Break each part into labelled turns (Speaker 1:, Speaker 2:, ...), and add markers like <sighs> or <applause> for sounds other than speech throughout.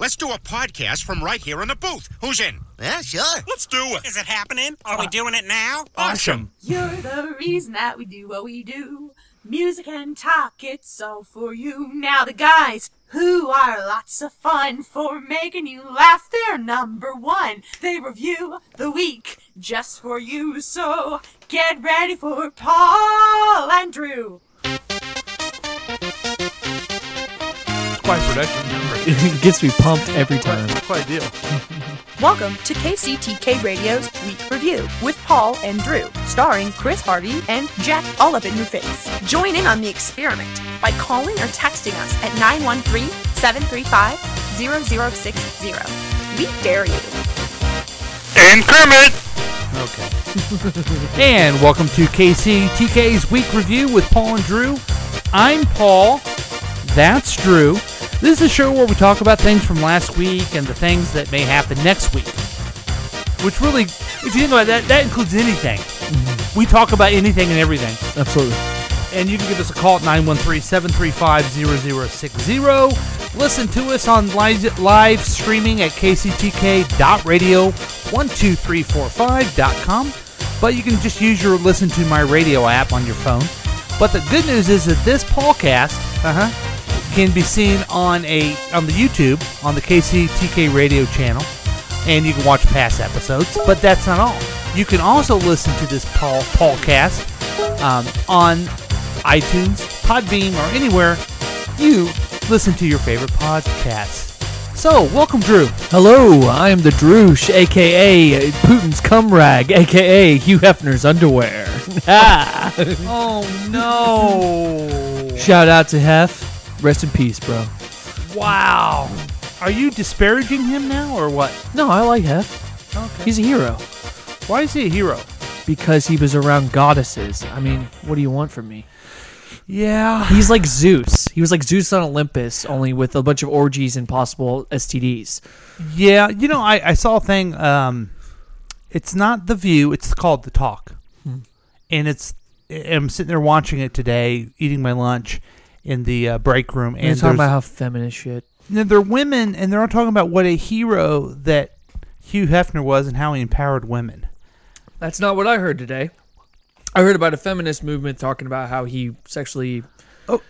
Speaker 1: Let's do a podcast from right here in the booth. Who's in?
Speaker 2: Yeah, sure.
Speaker 3: Let's do it. Uh,
Speaker 4: Is it happening? Are we doing it now?
Speaker 1: Awesome.
Speaker 5: You're the reason that we do what we do. Music and talk, it's all for you. Now the guys who are lots of fun for making you laugh, they're number one. They review the week just for you. So get ready for Paul and Drew.
Speaker 6: Quite production number.
Speaker 7: It gets me <laughs> pumped every time.
Speaker 6: Quite a deal.
Speaker 8: Welcome to KCTK Radio's Week Review with Paul and Drew, starring Chris Harvey and Jack All Up in Your Face. Join in on the experiment by calling or texting us at 913 735 0060. We dare you.
Speaker 3: And Kermit.
Speaker 7: Okay. and welcome to KCTK's Week Review with Paul and Drew. I'm Paul. That's Drew. This is a show where we talk about things from last week and the things that may happen next week. Which really, if you think about that, that includes anything. We talk about anything and everything.
Speaker 6: Absolutely.
Speaker 7: And you can give us a call at 913 735 0060. Listen to us on live, live streaming at kctk.radio12345.com. But you can just use your Listen to My Radio app on your phone. But the good news is that this podcast uh-huh, can be seen on a on the YouTube on the KCTK Radio channel, and you can watch past episodes. But that's not all. You can also listen to this Paul Paulcast um, on iTunes, Podbeam, or anywhere you listen to your favorite podcasts. So, welcome, Drew.
Speaker 6: Hello, I am the Droosh, aka Putin's cum rag, aka Hugh Hefner's <laughs> underwear. Ah.
Speaker 7: Oh no!
Speaker 6: Shout out to Hef. Rest in peace, bro.
Speaker 7: wow. Are you disparaging him now, or what?
Speaker 6: No, I like Hef.
Speaker 7: Okay.
Speaker 6: He's a hero
Speaker 7: Why is he a hero?
Speaker 6: because he was around goddesses. I mean, what do you want from me?
Speaker 7: Yeah.
Speaker 6: He's like Zeus. He was like Zeus on Olympus, only with a bunch of orgies and possible STDs.
Speaker 7: Yeah, you know, I, I saw a thing. Um, it's not the view; it's called the talk,
Speaker 6: Hmm.
Speaker 7: and it's. I'm sitting there watching it today, eating my lunch in the uh, break room,
Speaker 6: And
Speaker 7: and
Speaker 6: You're talking
Speaker 7: there's-
Speaker 6: about how feminist shit.
Speaker 7: Now, they're women, and they're all talking about what a hero that Hugh Hefner was and how he empowered women.
Speaker 6: That's not what I heard today. I heard about a feminist movement talking about how he sexually
Speaker 7: Oh,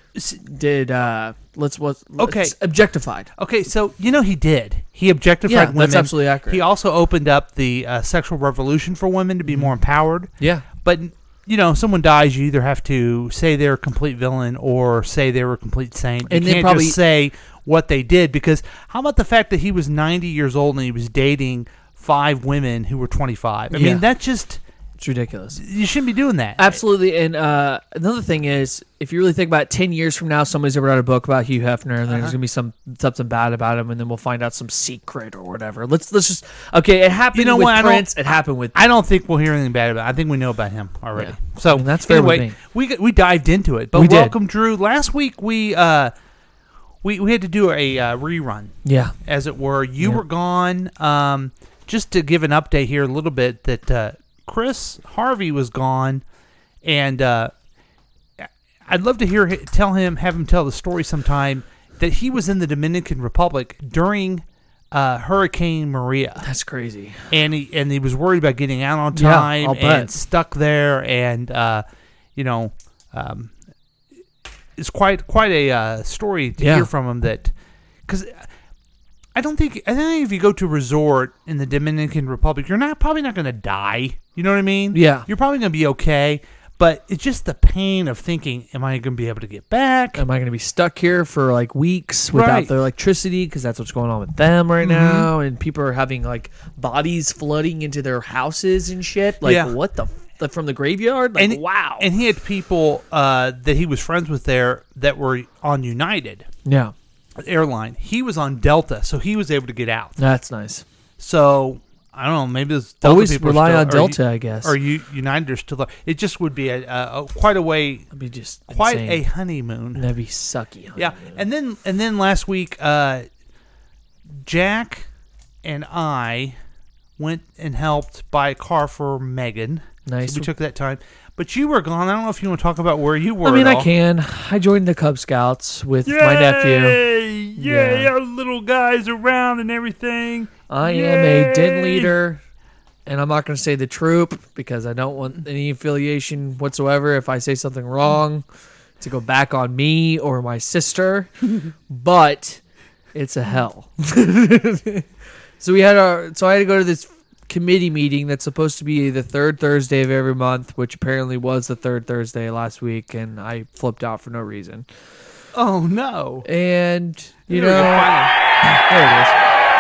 Speaker 6: did uh let's what
Speaker 7: Okay.
Speaker 6: objectified.
Speaker 7: Okay, so you know he did. He objectified
Speaker 6: Yeah, that's
Speaker 7: women.
Speaker 6: absolutely accurate.
Speaker 7: He also opened up the uh, sexual revolution for women to be more empowered.
Speaker 6: Mm-hmm. Yeah.
Speaker 7: But you know, someone dies, you either have to say they're a complete villain or say they were a complete saint.
Speaker 6: And
Speaker 7: you
Speaker 6: they
Speaker 7: can't
Speaker 6: probably-
Speaker 7: just say what they did because how about the fact that he was 90 years old and he was dating five women who were 25? I
Speaker 6: Yeah.
Speaker 7: mean, that's just
Speaker 6: It's ridiculous.
Speaker 7: you shouldn't be doing that.
Speaker 6: Absolutely. And uh another thing is if you really think about it, 10 years from now somebody's going to write a book about Hugh Hefner and there's
Speaker 7: Uh-huh.
Speaker 6: going to be some something bad about him and then we'll find out some secret or whatever. Let's let's just Okay, it happened
Speaker 7: You know
Speaker 6: with
Speaker 7: what, I don't-
Speaker 6: Prince, it happened with
Speaker 7: I don't think we'll hear anything bad about. It. I think we know about him already.
Speaker 6: Yeah.
Speaker 7: So
Speaker 6: And that's fair with
Speaker 7: anyway,
Speaker 6: me.
Speaker 7: We got- we dived into it, but
Speaker 6: We did.
Speaker 7: welcome, Drew. Last week we uh we we had to do a uh, rerun,
Speaker 6: Yeah.
Speaker 7: as it were. You
Speaker 6: Yeah.
Speaker 7: were gone. Um, just to give an update here a little bit that uh, Chris Harvey was gone, and uh, I'd love to hear hi- tell him have him tell the story sometime that he was in the Dominican Republic during uh, Hurricane Maria
Speaker 6: That's crazy.
Speaker 7: and he and he was worried about getting out on
Speaker 6: Yeah,
Speaker 7: time
Speaker 6: I'll
Speaker 7: and
Speaker 6: bet.
Speaker 7: stuck there and uh, you know um, it's quite quite a uh, story to
Speaker 6: Yeah.
Speaker 7: hear from him that because I don't think I don't think if you go to a resort in the Dominican Republic you're not probably not going to die you know what I mean
Speaker 6: Yeah.
Speaker 7: you're probably going to be okay but it's just the pain of thinking am I going to be able to get back
Speaker 6: am I going to be stuck here for like weeks without
Speaker 7: Right.
Speaker 6: their electricity because that's what's going on with them right now and people are having like bodies flooding into their houses and shit like
Speaker 7: Yeah.
Speaker 6: what the f- like, from the graveyard like wow
Speaker 7: and he had people uh, that he was friends with there that were on United
Speaker 6: yeah
Speaker 7: airline. He was on Delta, so he was able to get out.
Speaker 6: that's nice
Speaker 7: So I don't know. Maybe those Delta
Speaker 6: Always
Speaker 7: people are
Speaker 6: rely
Speaker 7: still-
Speaker 6: on
Speaker 7: or
Speaker 6: Delta,
Speaker 7: U-
Speaker 6: I guess.
Speaker 7: Or you, United are still. It just would be a, a, a quite a way,
Speaker 6: That'd be just
Speaker 7: quite a
Speaker 6: insane.
Speaker 7: honeymoon.
Speaker 6: That'd be sucky.
Speaker 7: Yeah, and then and then last week, uh, Jack and I went and helped buy a car for Megan.
Speaker 6: Nice.
Speaker 7: So we took that time, but you were gone. I don't know if you want to talk about where you were.
Speaker 6: I mean,
Speaker 7: at
Speaker 6: I
Speaker 7: all.
Speaker 6: can. I joined the Cub Scouts with my nephew.
Speaker 7: Yay! Yay!
Speaker 6: Yeah.
Speaker 7: Our little guys around and everything.
Speaker 6: I am a
Speaker 7: Yay!
Speaker 6: den leader, and I'm not going to say the troop because I don't want any affiliation whatsoever if I say something wrong to go back on me or my sister. but it's a hell. <laughs> so we had our so I had to go to this committee meeting that's supposed to be the third Thursday of every month, which apparently was the third Thursday last week, and I flipped out for no reason.
Speaker 7: Oh no!
Speaker 6: And you
Speaker 7: There we go,
Speaker 6: know,
Speaker 7: finally.
Speaker 6: there it is.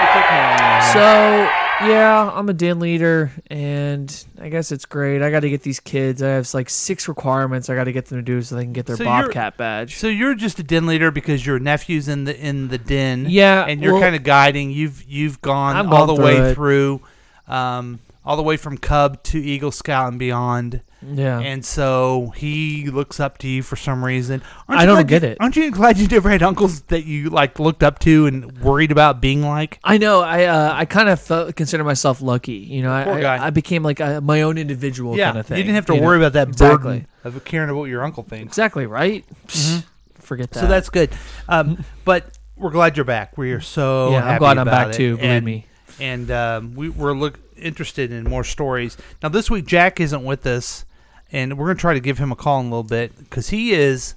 Speaker 7: It took me a minute.
Speaker 6: So yeah, I'm a den leader, and I guess it's great. I got to get these kids. I have like six requirements I got to get them to do so they can get their
Speaker 7: So you're-
Speaker 6: bobcat badge.
Speaker 7: So you're just a den leader because your nephew's in the in the den.
Speaker 6: Yeah,
Speaker 7: and you're
Speaker 6: well-
Speaker 7: kind of guiding. You've you've gone
Speaker 6: I've
Speaker 7: all
Speaker 6: gone
Speaker 7: the
Speaker 6: through
Speaker 7: way
Speaker 6: it.
Speaker 7: through, um, all the way from cub to Eagle Scout and beyond.
Speaker 6: Yeah,
Speaker 7: And so he looks up to you for some reason.
Speaker 6: I
Speaker 7: you
Speaker 6: don't
Speaker 7: glad
Speaker 6: get
Speaker 7: you-
Speaker 6: it.
Speaker 7: Aren't you glad you never had <laughs> uncles that you like looked up to and worried about being like?
Speaker 6: I know. I uh, I kind of felt, consider myself lucky. You know, I
Speaker 7: Poor
Speaker 6: I,
Speaker 7: guy.
Speaker 6: I became like a, my own individual kind of thing.
Speaker 7: you didn't have to
Speaker 6: know?
Speaker 7: worry about that
Speaker 6: exactly.
Speaker 7: burden of caring about what your uncle thinks. Mm-hmm.
Speaker 6: Exactly right. Psh, Forget that.
Speaker 7: So that's good. Um, but we're glad you're back. We are so
Speaker 6: Yeah, I'm
Speaker 7: happy
Speaker 6: glad I'm
Speaker 7: about
Speaker 6: back
Speaker 7: it.
Speaker 6: too, believe
Speaker 7: And-
Speaker 6: me.
Speaker 7: And um, we, we're look interested in more stories. Now this week Jack isn't with us, and we're gonna try to give him a call in a little bit because he is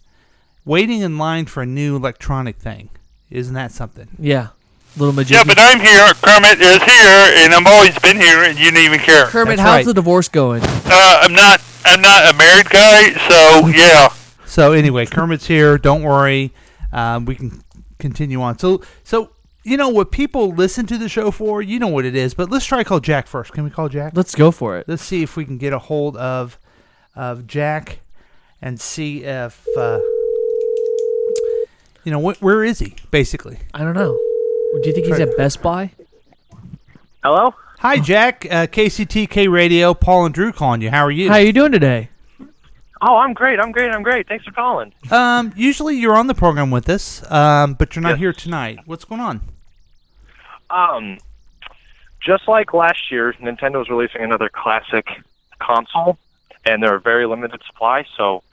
Speaker 7: waiting in line for a new electronic thing. Isn't that something?
Speaker 6: yeah, little majiggy.
Speaker 9: Yeah, but I'm here. Kermit is here, and I've always been here, and you didn't even care.
Speaker 6: Kermit,
Speaker 7: That's
Speaker 6: how's
Speaker 7: right.
Speaker 6: the divorce going?
Speaker 9: Uh, I'm not. I'm not a married guy, <laughs> so yeah.
Speaker 7: So anyway, Kermit's here. Don't worry, um, we can continue on. So so you know what people listen to the show for? You know what it is. But let's try to call Jack first. Can we call Jack?
Speaker 6: Let's go for it.
Speaker 7: let's see if we can get a hold of of Jack and see if uh, you know wh- where is he basically.
Speaker 6: I don't know. Do you think he's at Best Buy?
Speaker 10: Hello?
Speaker 7: Hi, Jack. Uh, KCTK Radio. Paul and Drew calling you. How are you?
Speaker 6: How are you doing today?
Speaker 10: Oh, I'm great. I'm great. I'm great. Thanks for calling.
Speaker 7: Um, usually you're on the program with us, um, but you're not
Speaker 10: Yes.
Speaker 7: here tonight. What's going on?
Speaker 10: Um, just like last year, Nintendo's releasing another classic console, and they're a very limited supply. So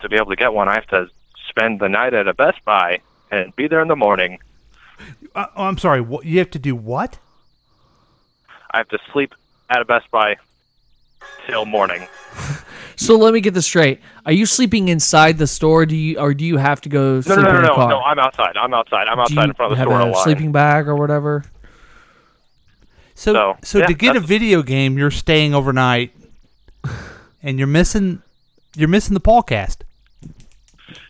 Speaker 10: to be able to get one, I have to spend the night at a Best Buy and be there in the morning.
Speaker 7: Uh, oh, I'm sorry. What, you have to do what?
Speaker 10: I have to sleep at a Best Buy till morning.
Speaker 6: So let me get this straight. Are you sleeping inside the store? Do you or do you have to go
Speaker 10: No,
Speaker 6: sleep
Speaker 10: no, no,
Speaker 6: in
Speaker 10: no,
Speaker 6: your
Speaker 10: no,
Speaker 6: car?
Speaker 10: no. I'm outside. I'm outside. I'm
Speaker 6: do
Speaker 10: outside
Speaker 6: you
Speaker 10: in front of the
Speaker 6: have
Speaker 10: store
Speaker 6: a
Speaker 10: in line.
Speaker 6: sleeping bag or whatever?
Speaker 7: So, so,
Speaker 10: So, yeah,
Speaker 7: to get a
Speaker 10: that's-
Speaker 7: video game, you're staying overnight,
Speaker 10: <laughs>
Speaker 7: and you're missing you're missing the podcast.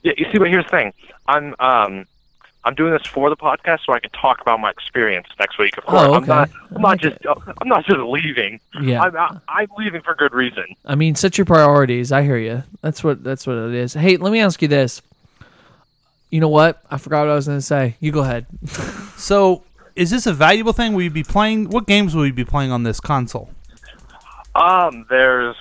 Speaker 10: Yeah, you see, but here's the thing. I'm um, I'm doing this for the podcast so I can talk about my experience next week. Of
Speaker 6: Oh,
Speaker 10: course, I'm
Speaker 6: okay.
Speaker 10: not. I'm
Speaker 6: I
Speaker 10: not
Speaker 6: like
Speaker 10: just. uh, I'm not just leaving.
Speaker 6: Yeah.
Speaker 10: I'm, I, I'm leaving for good reason.
Speaker 6: I mean, set your priorities. I hear you. That's what that's what it is. Hey, let me ask you this. You know what? I forgot what I was going to say. You go ahead.
Speaker 7: <laughs> So, is this a valuable thing? Will you be playing? What games will you be playing on this console?
Speaker 10: Um, there's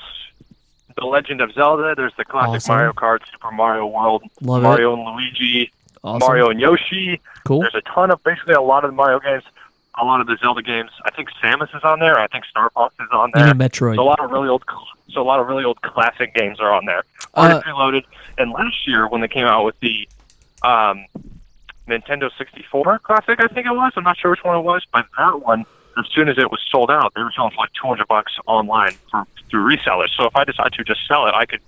Speaker 10: the Legend of Zelda. There's the classic
Speaker 6: Awesome.
Speaker 10: Mario Kart, Super Mario World,
Speaker 6: Love it.
Speaker 10: Mario and Luigi,
Speaker 6: Awesome.
Speaker 10: Mario and Yoshi.
Speaker 6: Cool.
Speaker 10: There's a ton of basically a lot of the Mario games, a lot of the Zelda games. I think Samus is on there. I think Star Fox is on
Speaker 6: You
Speaker 10: there.
Speaker 6: mean Metroid.
Speaker 10: So a lot of really old, cl- so a lot of really old classic games are on there.
Speaker 6: Uh,
Speaker 10: Already preloaded. And last year when they came out with the um, Nintendo 64 classic, I think it was. I'm not sure which one it was, but that one, as soon as it was sold out, they were selling for like 200 bucks online for, through resellers. So if I decide to just sell it, I could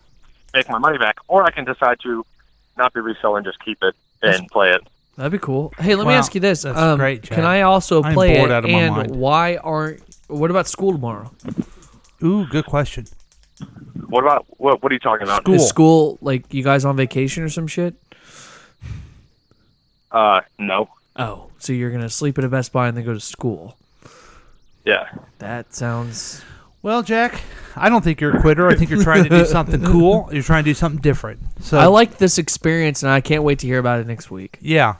Speaker 10: make my money back, or I can decide to not be reselling, just keep it and play it.
Speaker 6: That'd be cool. Hey, let me
Speaker 7: Wow,
Speaker 6: ask you this.
Speaker 7: that's
Speaker 6: um,
Speaker 7: great,
Speaker 6: can
Speaker 7: Chad.
Speaker 6: I also
Speaker 7: I'm
Speaker 6: play
Speaker 7: bored
Speaker 6: it?
Speaker 7: out of my
Speaker 6: and
Speaker 7: mind.
Speaker 6: why aren't? What about school tomorrow?
Speaker 7: Ooh, good question.
Speaker 10: What about what? What are you talking about?
Speaker 7: School.
Speaker 6: Is school like you guys on vacation or some shit?
Speaker 10: Uh, no.
Speaker 6: Oh, so you're gonna sleep at a Best Buy and then go to school?
Speaker 10: Yeah.
Speaker 6: That sounds.
Speaker 7: Well, Jack, I don't think you're a quitter. I think you're trying to
Speaker 6: <laughs>
Speaker 7: do something cool. You're trying to do something different. So,
Speaker 6: I like this experience, and I can't wait to hear about it next week.
Speaker 7: yeah.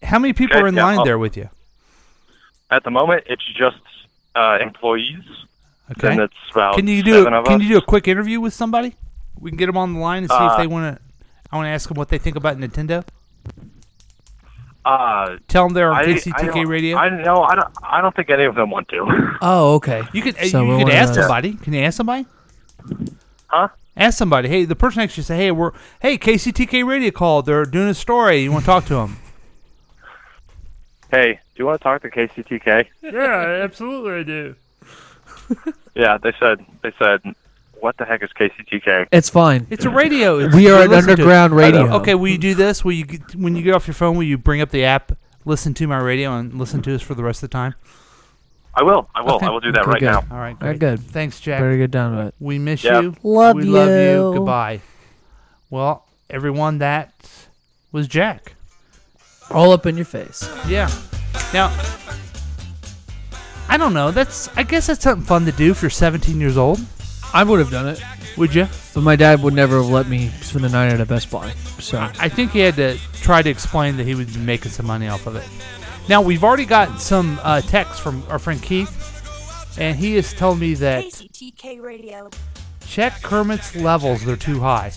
Speaker 7: How many people
Speaker 10: Okay,
Speaker 7: are in
Speaker 10: yeah,
Speaker 7: line
Speaker 10: I'll-
Speaker 7: there with you?
Speaker 10: At the moment, it's just uh, employees.
Speaker 7: Okay.
Speaker 10: And that's about
Speaker 7: can you do
Speaker 10: seven
Speaker 7: a,
Speaker 10: of
Speaker 7: can
Speaker 10: us.
Speaker 7: you do a quick interview with somebody? We can get them on the line and see if
Speaker 10: Uh,
Speaker 7: they want to. I want to ask them what they think about Nintendo.
Speaker 10: uh,
Speaker 7: Tell them they're on
Speaker 10: I- I
Speaker 7: KCTK
Speaker 10: don't-
Speaker 7: Radio.
Speaker 10: I know. I don't. I don't think any of them want to. <laughs>
Speaker 6: Oh, okay.
Speaker 7: You could
Speaker 10: So we're
Speaker 7: you
Speaker 10: one
Speaker 7: could
Speaker 10: of
Speaker 7: ask
Speaker 10: those.
Speaker 7: somebody. Can you ask somebody?
Speaker 10: Huh?
Speaker 7: Ask somebody. Hey, the person next to you say, "Hey, we're hey KCTK Radio called. They're doing a story. You want to talk to them?"
Speaker 10: Hey, do you want to talk to KCTK?
Speaker 11: Yeah, absolutely I do.
Speaker 10: Yeah, they said. They said, what the heck is KCTK?
Speaker 6: It's fine.
Speaker 7: It's a radio. It's-
Speaker 6: We are
Speaker 7: you
Speaker 6: an
Speaker 7: listen to it.
Speaker 6: underground radio.
Speaker 7: Okay, will you do this? Will you get- when you get off your phone? Will you bring up the app, listen to my radio, and listen to us for the rest of the time?
Speaker 10: I will. I will. I will do that
Speaker 6: Okay,
Speaker 10: right
Speaker 6: good.
Speaker 10: now.
Speaker 7: All right,
Speaker 6: All
Speaker 7: great.
Speaker 6: right, good.
Speaker 7: Thanks, Jack.
Speaker 6: Better get down to it.
Speaker 7: We miss
Speaker 6: Yeah.
Speaker 7: you.
Speaker 6: Love
Speaker 7: we love you.
Speaker 6: you.
Speaker 7: Goodbye. Well, everyone, that was Jack.
Speaker 6: All up in your face.
Speaker 7: Yeah. Now, I don't know. That's I guess that's something fun to do if you're 17 years old.
Speaker 6: I would have done it.
Speaker 7: Would you?
Speaker 6: But my dad would never have let me spend the night at a Best Buy. So
Speaker 7: I think he had to try to explain that he would be making some money off of it. Now we've already got some uh, texts from our friend Keith, and he has told me that
Speaker 5: KCTK Radio.
Speaker 7: check Kermit's levels; they're too high.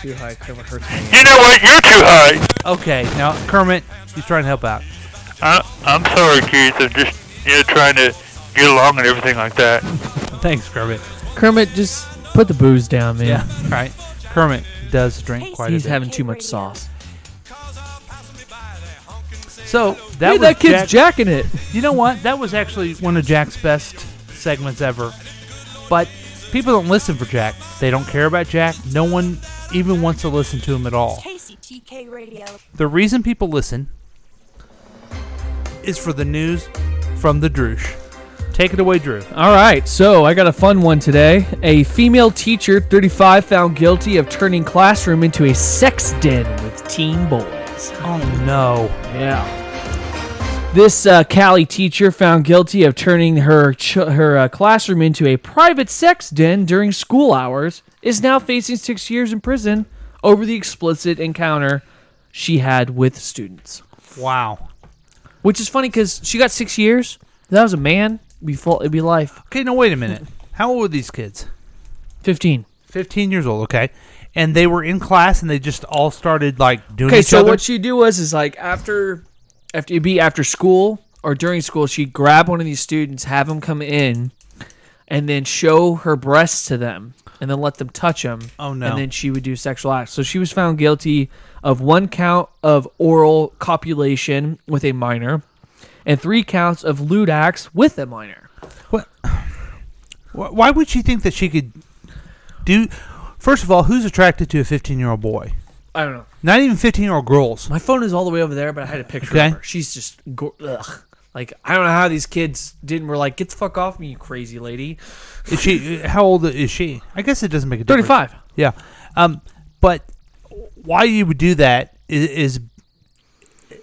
Speaker 6: too high. Kermit hurts
Speaker 9: You know what? You're too high.
Speaker 7: Okay, now Kermit, he's trying to help out.
Speaker 9: I, I'm sorry, Keith. I'm just you know trying to get along and everything like that.
Speaker 7: <laughs> Thanks, Kermit.
Speaker 6: Kermit, just put the booze down, man.
Speaker 7: Yeah, right. Kermit does drink quite
Speaker 6: He's
Speaker 7: a bit.
Speaker 6: having too much sauce.
Speaker 7: so that
Speaker 6: Hey,
Speaker 7: was
Speaker 6: that kid's
Speaker 7: Jack-
Speaker 6: jacking it.
Speaker 7: You know what? That was actually one of Jack's best segments ever. But people don't listen for Jack. They don't care about Jack. No one even wants to listen to him at all.
Speaker 5: KCTK Radio.
Speaker 7: The reason people listen is for the news from the Droosh. Take it away, Drew.
Speaker 6: All right, so I got a fun one today. A female teacher, 35, found guilty of turning classroom into a sex den with teen boys.
Speaker 7: Oh no.
Speaker 6: Yeah. This uh, Cali teacher found guilty of turning her ch- her uh, classroom into a private sex den during school hours is now facing 6 years in prison over the explicit encounter she had with students.
Speaker 7: Wow.
Speaker 6: Which is funny cuz she got 6 years. If that was a man, it'd be full, it'd be life.
Speaker 7: Okay, now wait a minute. How old were these kids?
Speaker 6: 15.
Speaker 7: 15 years old, okay. And they were in class and they just all started like doing
Speaker 6: Okay,
Speaker 7: each
Speaker 6: so
Speaker 7: other.
Speaker 6: what she do was is like after, after it'd be after school or during school, she'd grab one of these students, have them come in, and then show her breasts to them, and then let them touch them.
Speaker 7: Oh, no.
Speaker 6: And then she would do sexual acts. So she was found guilty of one count of oral copulation with a minor, and three counts of lewd acts with a minor.
Speaker 7: Wh- Why would she think that she could do? First of all, who's attracted to a 15 year old boy?
Speaker 6: I don't know.
Speaker 7: Not even 15 year old girls.
Speaker 6: <sighs> My phone is all the way over there, but I had a picture
Speaker 7: Okay.
Speaker 6: of her. She's just go- ugh. Like I don't know how these kids didn't were like, get the fuck off me, you crazy lady.
Speaker 7: Is she? How old is she? I guess it doesn't make a difference.
Speaker 6: 35.
Speaker 7: Yeah. Um, but why you would do that is, is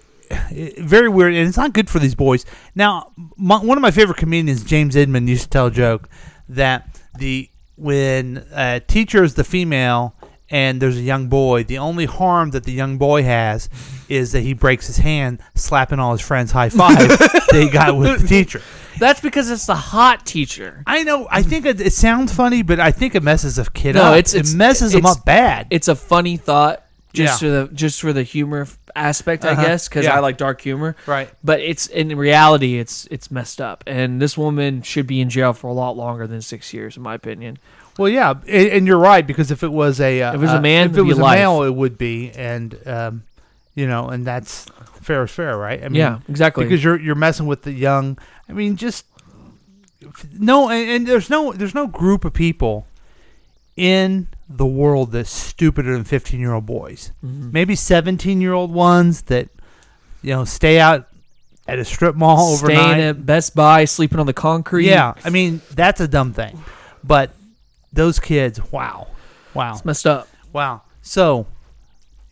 Speaker 7: <sighs> very weird, and it's not good for these boys. Now, my, one of my favorite comedians, James Edmond, used to tell a joke that the when a teacher is the female and there's a young boy, the only harm that the young boy has is that he breaks his hand slapping all his friends high
Speaker 6: <laughs>
Speaker 7: five that he got with the teacher.
Speaker 6: That's because it's the hot teacher.
Speaker 7: I know. I think it, it sounds funny, but I think it messes a kid
Speaker 6: no,
Speaker 7: up.
Speaker 6: it's, it's
Speaker 7: it messes him
Speaker 6: it's-
Speaker 7: up bad.
Speaker 6: It's a funny thought, just
Speaker 7: Yeah.
Speaker 6: for the just for the humor f- aspect,
Speaker 7: Uh-huh.
Speaker 6: I guess, because
Speaker 7: Yeah.
Speaker 6: I like dark humor.
Speaker 7: Right.
Speaker 6: But it's in reality, it's it's messed up, and this woman should be in jail for a lot longer than six years, in my opinion.
Speaker 7: Well, yeah, and, and you're right because if it was a uh,
Speaker 6: If it was a
Speaker 7: uh,
Speaker 6: man,
Speaker 7: if
Speaker 6: it'd
Speaker 7: it
Speaker 6: be
Speaker 7: was a
Speaker 6: life.
Speaker 7: male, it would be, and um, you know, and that's fair is fair, right? I mean,
Speaker 6: Yeah, exactly.
Speaker 7: Because you're you're messing with the young. I mean, just no, and, and there's no there's no group of people in the world that's stupider than 15 year old boys.
Speaker 6: Mm-hmm.
Speaker 7: Maybe 17 year old ones that you know stay out at a strip mall
Speaker 6: Staying
Speaker 7: overnight.
Speaker 6: at Best Buy, sleeping on the concrete.
Speaker 7: Yeah, I mean that's a dumb thing, but those kids, wow, wow,
Speaker 6: it's messed up.
Speaker 7: wow. So,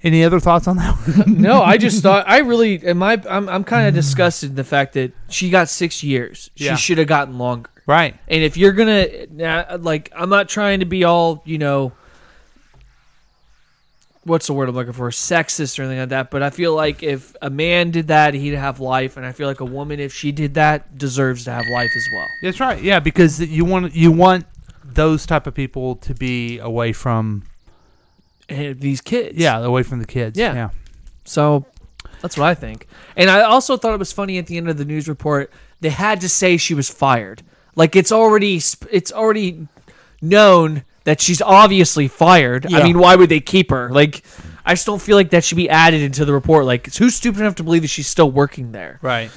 Speaker 7: any other thoughts on that? one?
Speaker 6: <laughs>
Speaker 7: <laughs>
Speaker 6: no, I just thought I really am. I I'm, I'm kind of disgusted in the fact that she got six years.
Speaker 7: Yeah.
Speaker 6: She should have gotten longer.
Speaker 7: right?
Speaker 6: And if you're gonna nah, like, I'm not trying to be all you know, what's the word I'm looking for, sexist or anything like that. But I feel like if a man did that, he'd have life, and I feel like a woman, if she did that, deserves to have life as well.
Speaker 7: That's right. Yeah, because you want you want those type of people to be away from
Speaker 6: these kids.
Speaker 7: Yeah, away from the kids.
Speaker 6: Yeah.
Speaker 7: yeah.
Speaker 6: So that's what I think. And I also thought it was funny at the end of the news report they had to say she was fired. Like it's already sp- it's already known that she's obviously fired. I
Speaker 12: Yeah.
Speaker 6: mean, why would they keep her? Like I just don't feel like that should be added into the report. Like who's stupid enough to believe that she's still working there?
Speaker 7: Right.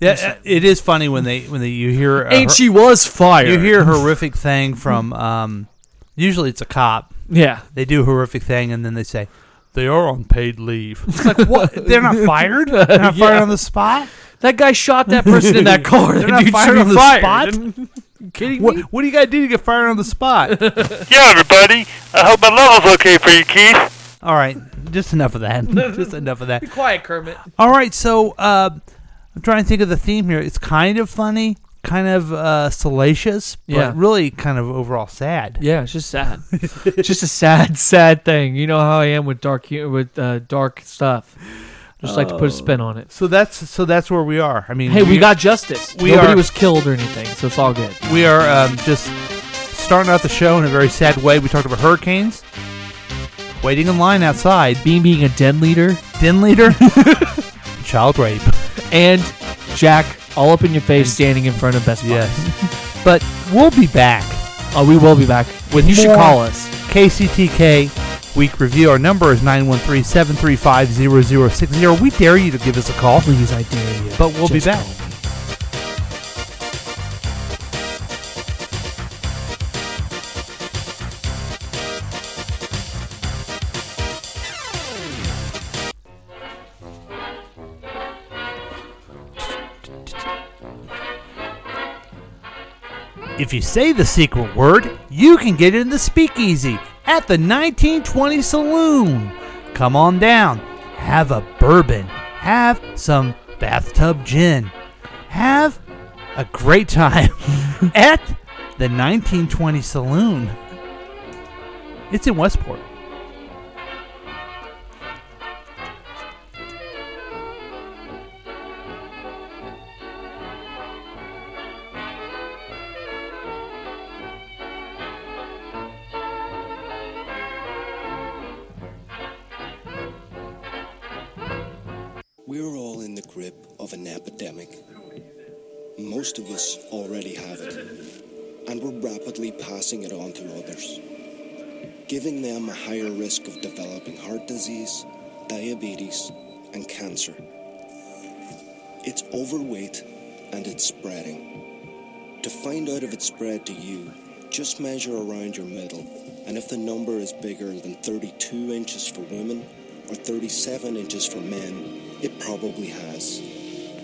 Speaker 7: Yeah, uh, it is funny when they when they you hear uh,
Speaker 6: And
Speaker 7: her-
Speaker 6: she was fired.
Speaker 7: You hear a horrific thing from um, usually it's a cop.
Speaker 6: Yeah.
Speaker 7: they do a horrific thing and then they say they are on paid leave. It's like
Speaker 6: <laughs>
Speaker 7: what? They're not fired. They're not
Speaker 6: Yeah.
Speaker 7: fired on the spot.
Speaker 6: That guy shot that person
Speaker 7: <laughs>
Speaker 6: in that car.
Speaker 7: They're
Speaker 6: That
Speaker 7: not
Speaker 6: dude should
Speaker 7: fired
Speaker 6: be
Speaker 7: on the
Speaker 6: fired.
Speaker 7: spot.
Speaker 6: kidding
Speaker 7: what, me? What do you got to do to get fired on the spot?
Speaker 9: Yeah, everybody. I hope my level's okay for you, Keith.
Speaker 7: All right, just enough of
Speaker 6: <laughs>
Speaker 7: that. just enough of that.
Speaker 6: Be quiet, Kermit.
Speaker 7: All right, so uh, I'm trying to think of the theme here. It's kind of funny, kind of uh, salacious, but
Speaker 6: Yeah.
Speaker 7: really kind of overall sad.
Speaker 6: Yeah, it's just sad. It's <laughs> just a sad, sad thing. You know how I am with dark hu- with uh, dark stuff. Just like to put a spin on it.
Speaker 7: So that's so that's where we are. I mean,
Speaker 6: Hey, we got justice.
Speaker 7: We
Speaker 6: Nobody
Speaker 7: are
Speaker 6: was killed or anything, so it's all good.
Speaker 7: we are um, just starting out the show in a very sad way. We talked about hurricanes, waiting in line outside,
Speaker 6: being being a den leader,
Speaker 7: den leader, <laughs> child rape,
Speaker 6: and Jack all up in your face, standing in front of Best Buy.
Speaker 7: Yes, but we'll be back.
Speaker 6: Oh, we will be back.
Speaker 7: With
Speaker 6: you should
Speaker 7: more
Speaker 6: call us.
Speaker 7: KCTK Week Review. Our number is 913-735-0060. We dare you to give us a call.
Speaker 6: Please, I dare you.
Speaker 7: But we'll be
Speaker 6: Just
Speaker 7: back. If you say the secret word, you can get in the speakeasy at the 1920 Saloon. Come on down, have a bourbon, have some bathtub gin, have a great time <laughs> at the 1920 Saloon. It's in Westport.
Speaker 13: We're all in the grip of an epidemic. Most of us already have it, and we're rapidly passing it on to others, giving them a higher risk of developing heart disease, diabetes, and cancer. It's overweight and it's spreading. To find out if it's spread to you, just measure around your middle, and if the number is bigger than 32 inches for women or 37 inches for men, it probably has.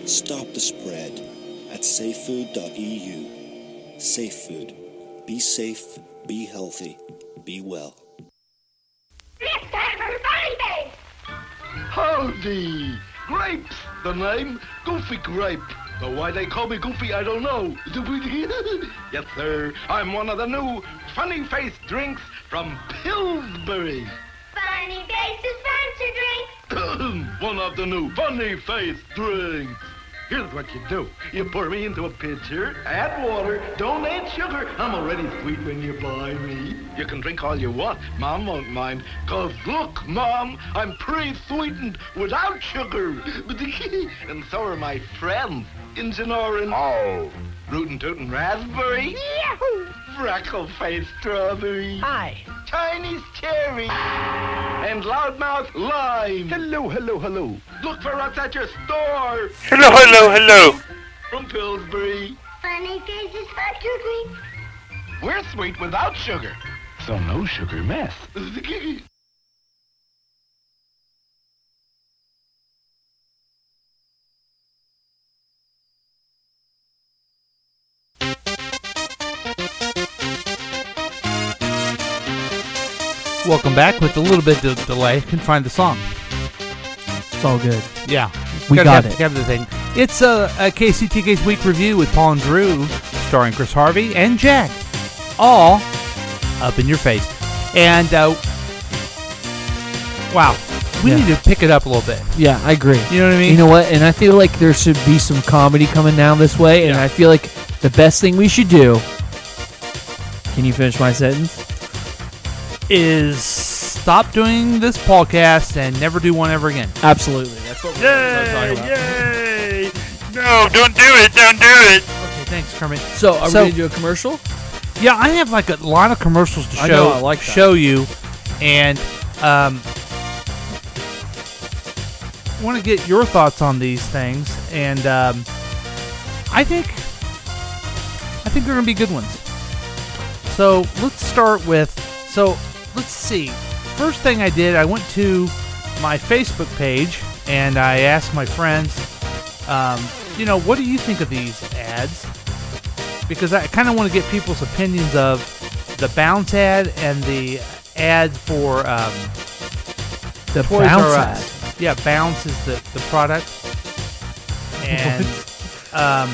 Speaker 13: Stop the spread at safefood.eu. Safe food. Be safe, be healthy, be well.
Speaker 14: Howdy! Grapes, the name? Goofy Grape. Though why they call me Goofy, I don't know. <laughs> yes, sir. I'm one of the new funny face drinks from Pillsbury.
Speaker 15: Funny faces, fancy drinks.
Speaker 14: <clears throat> one of the new funny face drinks. Here's what you do. You pour me into a pitcher, add water, don't add sugar. I'm already sweet when you buy me. You can drink all you want. Mom won't mind. Cause look, Mom, I'm pre-sweetened without sugar. <laughs> and so are my friends. Injun orange. Oh. Rootin' tootin' raspberry. Yahoo! Freckle face strawberry. Hi. Chinese cherry. And loudmouth lime. Hello, hello, hello. Look for us at your store.
Speaker 9: Hello, hello, hello.
Speaker 14: From Pillsbury.
Speaker 15: Funny faces, fancy drinks.
Speaker 14: We're sweet without sugar. <laughs> So no sugar mess.
Speaker 7: Welcome back with a little bit of delay. Can find the song.
Speaker 6: <laughs> It's all good.
Speaker 7: Yeah,
Speaker 6: We
Speaker 7: Gotta
Speaker 6: got
Speaker 7: have-
Speaker 6: it.
Speaker 7: gotta have the thing. It's uh, a KCTK's week review with Paul and Drew, starring Chris Harvey and Jack, all up in your face. And uh, Wow, we need to pick it up a little bit.
Speaker 6: Yeah, I agree.
Speaker 7: You know what I mean?
Speaker 6: You know what? And I feel like there should be some comedy coming down this way. And I feel like the best thing we should do. Can you finish my sentence?
Speaker 7: Is stop doing this podcast and never do one ever again.
Speaker 6: Absolutely, that's what
Speaker 11: Yay! Yay!
Speaker 9: No, don't do it. Don't do it.
Speaker 7: Okay, thanks, Kermit.
Speaker 6: So, are
Speaker 7: So-
Speaker 6: we gonna do a commercial?
Speaker 7: Yeah, I have like a lot of commercials to show
Speaker 6: I know, I like that.
Speaker 7: show you, and um, want to get your thoughts on these things. And um, I think I think they're gonna be good ones. So let's start with so let's see. First thing I did, I went to my Facebook page and I asked my friends, um, you know, what do you think of these ads? because I kind of want to get people's opinions of the bounce ad and the ad for um,
Speaker 6: The
Speaker 7: Toys
Speaker 6: bounce
Speaker 7: R Us. Yeah, bounce is the, the product. And um,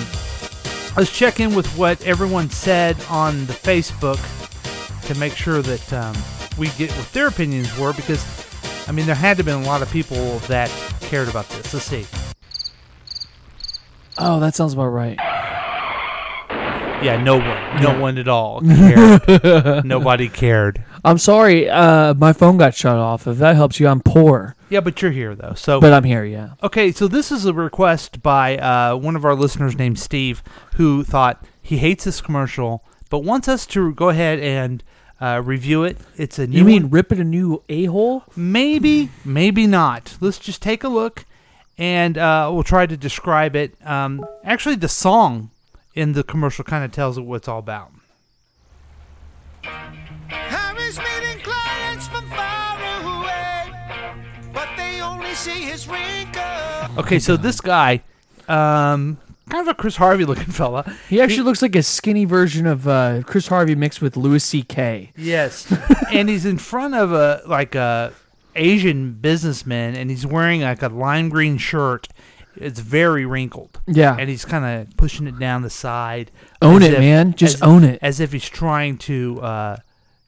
Speaker 7: let's check in with what everyone said on the Facebook to make sure that um, we get what their opinions were because. I mean, there had to have been a lot of people that cared about this. Let's see.
Speaker 6: Oh, that sounds about right.
Speaker 7: Yeah, no one, no
Speaker 6: Yeah.
Speaker 7: one at all cared. Nobody cared.
Speaker 6: I'm sorry, uh, my phone got shut off. If that helps you, I'm poor.
Speaker 7: Yeah, but you're here though. So
Speaker 6: But I'm here, yeah.
Speaker 7: Okay, so this is a request by uh, one of our listeners named Steve, who thought he hates this commercial, but wants us to go ahead and uh, review it. It's a new
Speaker 6: You mean
Speaker 7: one.
Speaker 6: rip it a new a hole?
Speaker 7: maybe, maybe not. Let's just take a look, and uh, we'll try to describe it. Um, actually, the song in the commercial kind of tells it what it's all about.
Speaker 12: Harry's meeting clients from far away, but they only see his wrinkles.
Speaker 6: Oh
Speaker 7: Okay, so this guy, um, kind of a Chris Harvey looking <laughs> fella.
Speaker 6: He actually looks like a skinny version of uh, Chris Harvey mixed with Louis C.K.
Speaker 7: Yes, and he's in front of a like a Asian businessman, and he's wearing like a lime green shirt. It's very wrinkled.
Speaker 6: Yeah.
Speaker 7: and he's kind of pushing it down the side.
Speaker 6: Own
Speaker 7: as
Speaker 6: it, man. Just
Speaker 7: as-
Speaker 6: own it.
Speaker 7: As if he's trying to uh,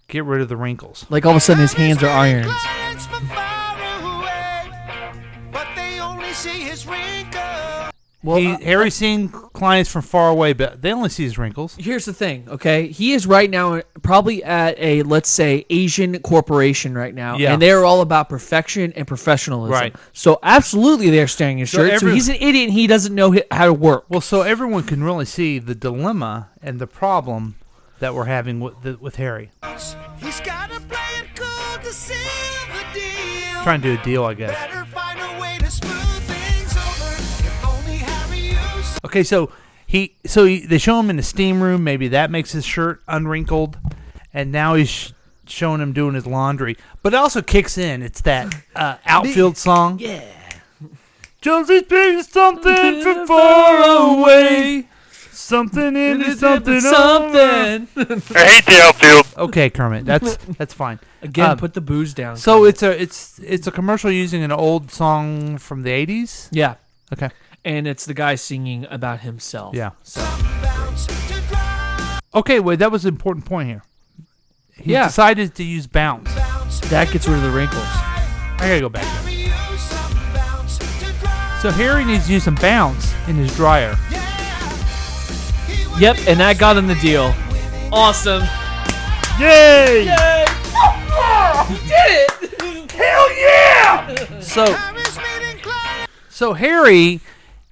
Speaker 7: get rid of the wrinkles.
Speaker 6: Like all of a sudden his hands are irons.
Speaker 12: They only see his wrinkles.
Speaker 7: Well,
Speaker 6: uh,
Speaker 7: he, Harry's seeing clients from far away, but they only see his wrinkles.
Speaker 6: Here's the thing, okay? He is right now probably at a let's say Asian corporation right now,
Speaker 7: Yeah.
Speaker 6: and they are all about perfection and professionalism.
Speaker 7: Right.
Speaker 6: So absolutely, they're staring at
Speaker 7: So
Speaker 6: shirt. so
Speaker 7: every-
Speaker 6: he's an idiot. and He doesn't know hi- how to work.
Speaker 7: Well, so everyone can really see the dilemma and the problem that we're having with the, with Harry.
Speaker 12: He's gotta play it cool to seal the deal.
Speaker 7: Trying to do a deal, I guess.
Speaker 12: Better find a way to smooth things over. If only Harry used
Speaker 7: Okay, so he so he, they show him in the steam room. Maybe that makes his shirt unwrinkled, and now he's sh- showing him doing his laundry. But it also kicks in. It's that uh, outfield song. Yeah. Josie's picking something from far away. Something in it, something
Speaker 6: something.
Speaker 7: I hate the outfield. Okay, Kermit, <laughs> that's that's fine.
Speaker 6: Again,
Speaker 7: Um,
Speaker 6: put the booze down.
Speaker 7: So it's a it's it's a commercial using an old song from the '80s.
Speaker 6: yeah,
Speaker 7: Okay.
Speaker 6: and it's the guy singing about himself.
Speaker 7: Yeah.
Speaker 6: So
Speaker 7: Okay, wait, that was an important point here. He
Speaker 6: Yeah.
Speaker 7: decided to use bounce.
Speaker 6: that gets rid of the wrinkles.
Speaker 7: I gotta go back. There. So Harry needs to use some bounce in his dryer.
Speaker 6: Yep, and that got him the deal. Awesome.
Speaker 7: Yay!
Speaker 12: <laughs> he <laughs> did it! Hell yeah!
Speaker 7: So- So Harry,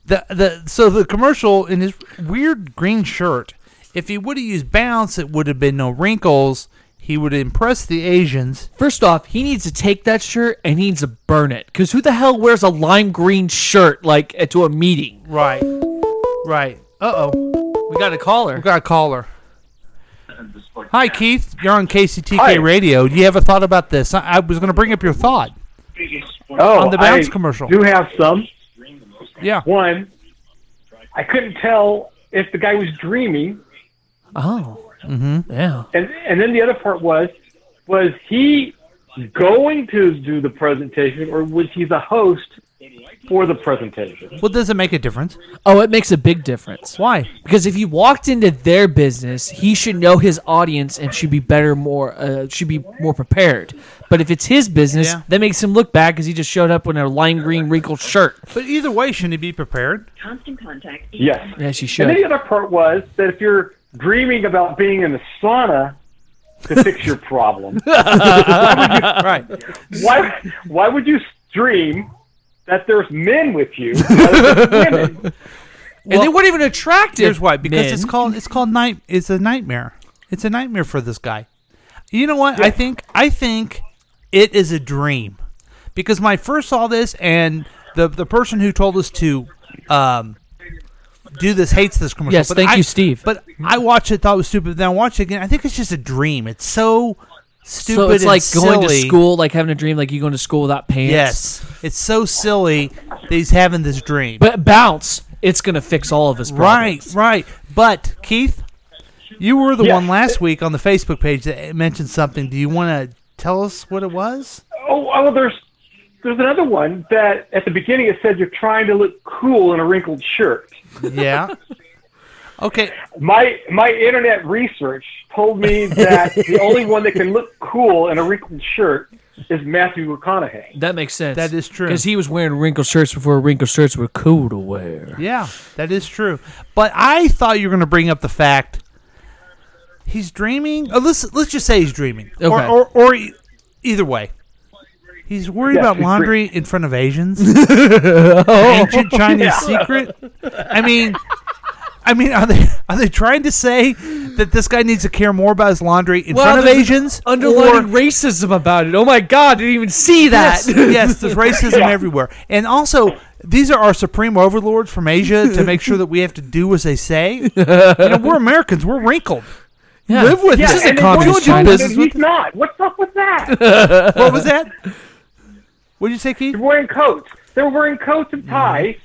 Speaker 7: the the so the commercial in his weird green shirt. If he would have used bounce, it would have been no wrinkles. He would have impressed the Asians.
Speaker 6: First off, he needs to take that shirt and he needs to burn it. Because who the hell wears a lime green shirt like at- to a meeting?
Speaker 7: Right. Right. Uh oh.
Speaker 6: We got a caller.
Speaker 7: We got a caller. Hi Keith, you're on KCTK
Speaker 16: Hi.
Speaker 7: Radio. Do you have a thought about this? I, I was going to bring up your thought.
Speaker 16: Oh,
Speaker 7: on the bounce
Speaker 16: I
Speaker 7: commercial.
Speaker 16: Do have some.
Speaker 7: Yeah.
Speaker 16: One, I couldn't tell if the guy was dreaming,
Speaker 6: Oh. Mm-hmm. Yeah.
Speaker 16: and and then the other part was, was he going to do the presentation or was he the host for the presentation.
Speaker 7: Well, does it make a difference?
Speaker 6: Oh, it makes a big difference. Why? Because if you walked into their business, he should know his audience and should be better, more uh, should be more prepared. But if it's his business,
Speaker 7: Yeah.
Speaker 6: that makes him look bad because he just showed up in a lime green wrinkled shirt.
Speaker 7: But either way, shouldn't he be prepared?
Speaker 17: Constant contact.
Speaker 16: Yes.
Speaker 6: Yes, you
Speaker 16: And then the
Speaker 6: should.
Speaker 16: other part was that if you're dreaming about being in the sauna to fix your problem, why would you, Why, why would you dream that there's men with you? rather than women?
Speaker 6: and they weren't even attractive.
Speaker 7: Here's why: because
Speaker 6: men.
Speaker 7: it's called it's called night. It's a nightmare. It's a nightmare for this guy. You know what? I think I think it is a dream because when I first saw this, and the the person who told us to um, do this hates this commercial.
Speaker 6: Yes, thank
Speaker 7: I-
Speaker 6: you, Steve.
Speaker 7: But I watched it, thought it was stupid. Then I watched it again. I think it's just a dream. It's so stupid.
Speaker 6: so it's
Speaker 7: and
Speaker 6: like going to
Speaker 7: silly.
Speaker 6: school, like having a dream, like you going to school without pants.
Speaker 7: Yes, it's so silly that he's having this dream.
Speaker 6: But bounce, it's gonna fix all of his
Speaker 7: Right,
Speaker 6: problems.
Speaker 7: right. But Keith, you were the
Speaker 6: Yeah.
Speaker 7: one last week on the Facebook page that mentioned something. Do you want to tell us what it was?
Speaker 16: Oh, oh, there's there's another one that at the beginning it said you're trying to look cool in a wrinkled shirt.
Speaker 7: Yeah. Okay.
Speaker 16: My my internet research told me that the only one that can look cool in a wrinkled shirt is Matthew McConaughey.
Speaker 6: That makes sense.
Speaker 7: That is true.
Speaker 6: Because he was wearing wrinkled shirts before wrinkled shirts were cool to wear.
Speaker 7: Yeah, that is true. But I thought you were going to bring up the fact he's dreaming. Oh, let's let's just say he's dreaming, or
Speaker 6: Okay.
Speaker 7: or, or e- either way, he's worried
Speaker 6: Yes,
Speaker 7: about
Speaker 6: he's
Speaker 7: laundry in front of
Speaker 6: <laughs>
Speaker 7: Asians.
Speaker 6: Oh.
Speaker 7: <laughs> Ancient
Speaker 16: <laughs>
Speaker 7: Chinese
Speaker 6: Yeah.
Speaker 7: secret. I mean. I mean, are they are they trying to say that this guy needs to care more about his laundry in
Speaker 6: Well,
Speaker 7: front of
Speaker 6: there's
Speaker 7: Asians?
Speaker 6: underlining
Speaker 7: racism about it. Oh my God, didn't even see
Speaker 6: that.
Speaker 7: Yes, yes, <laughs> there's racism everywhere, and also these are our supreme overlords from Asia to make sure that we have to do as they say. You know, we're Americans. We're wrinkled. Live with
Speaker 16: yeah,
Speaker 7: it.
Speaker 16: and then one of them is He's not. What's up with that?
Speaker 7: what was <laughs> that? What did you say, Keith? Mm-hmm.
Speaker 16: They're wearing coats. They're wearing coats and ties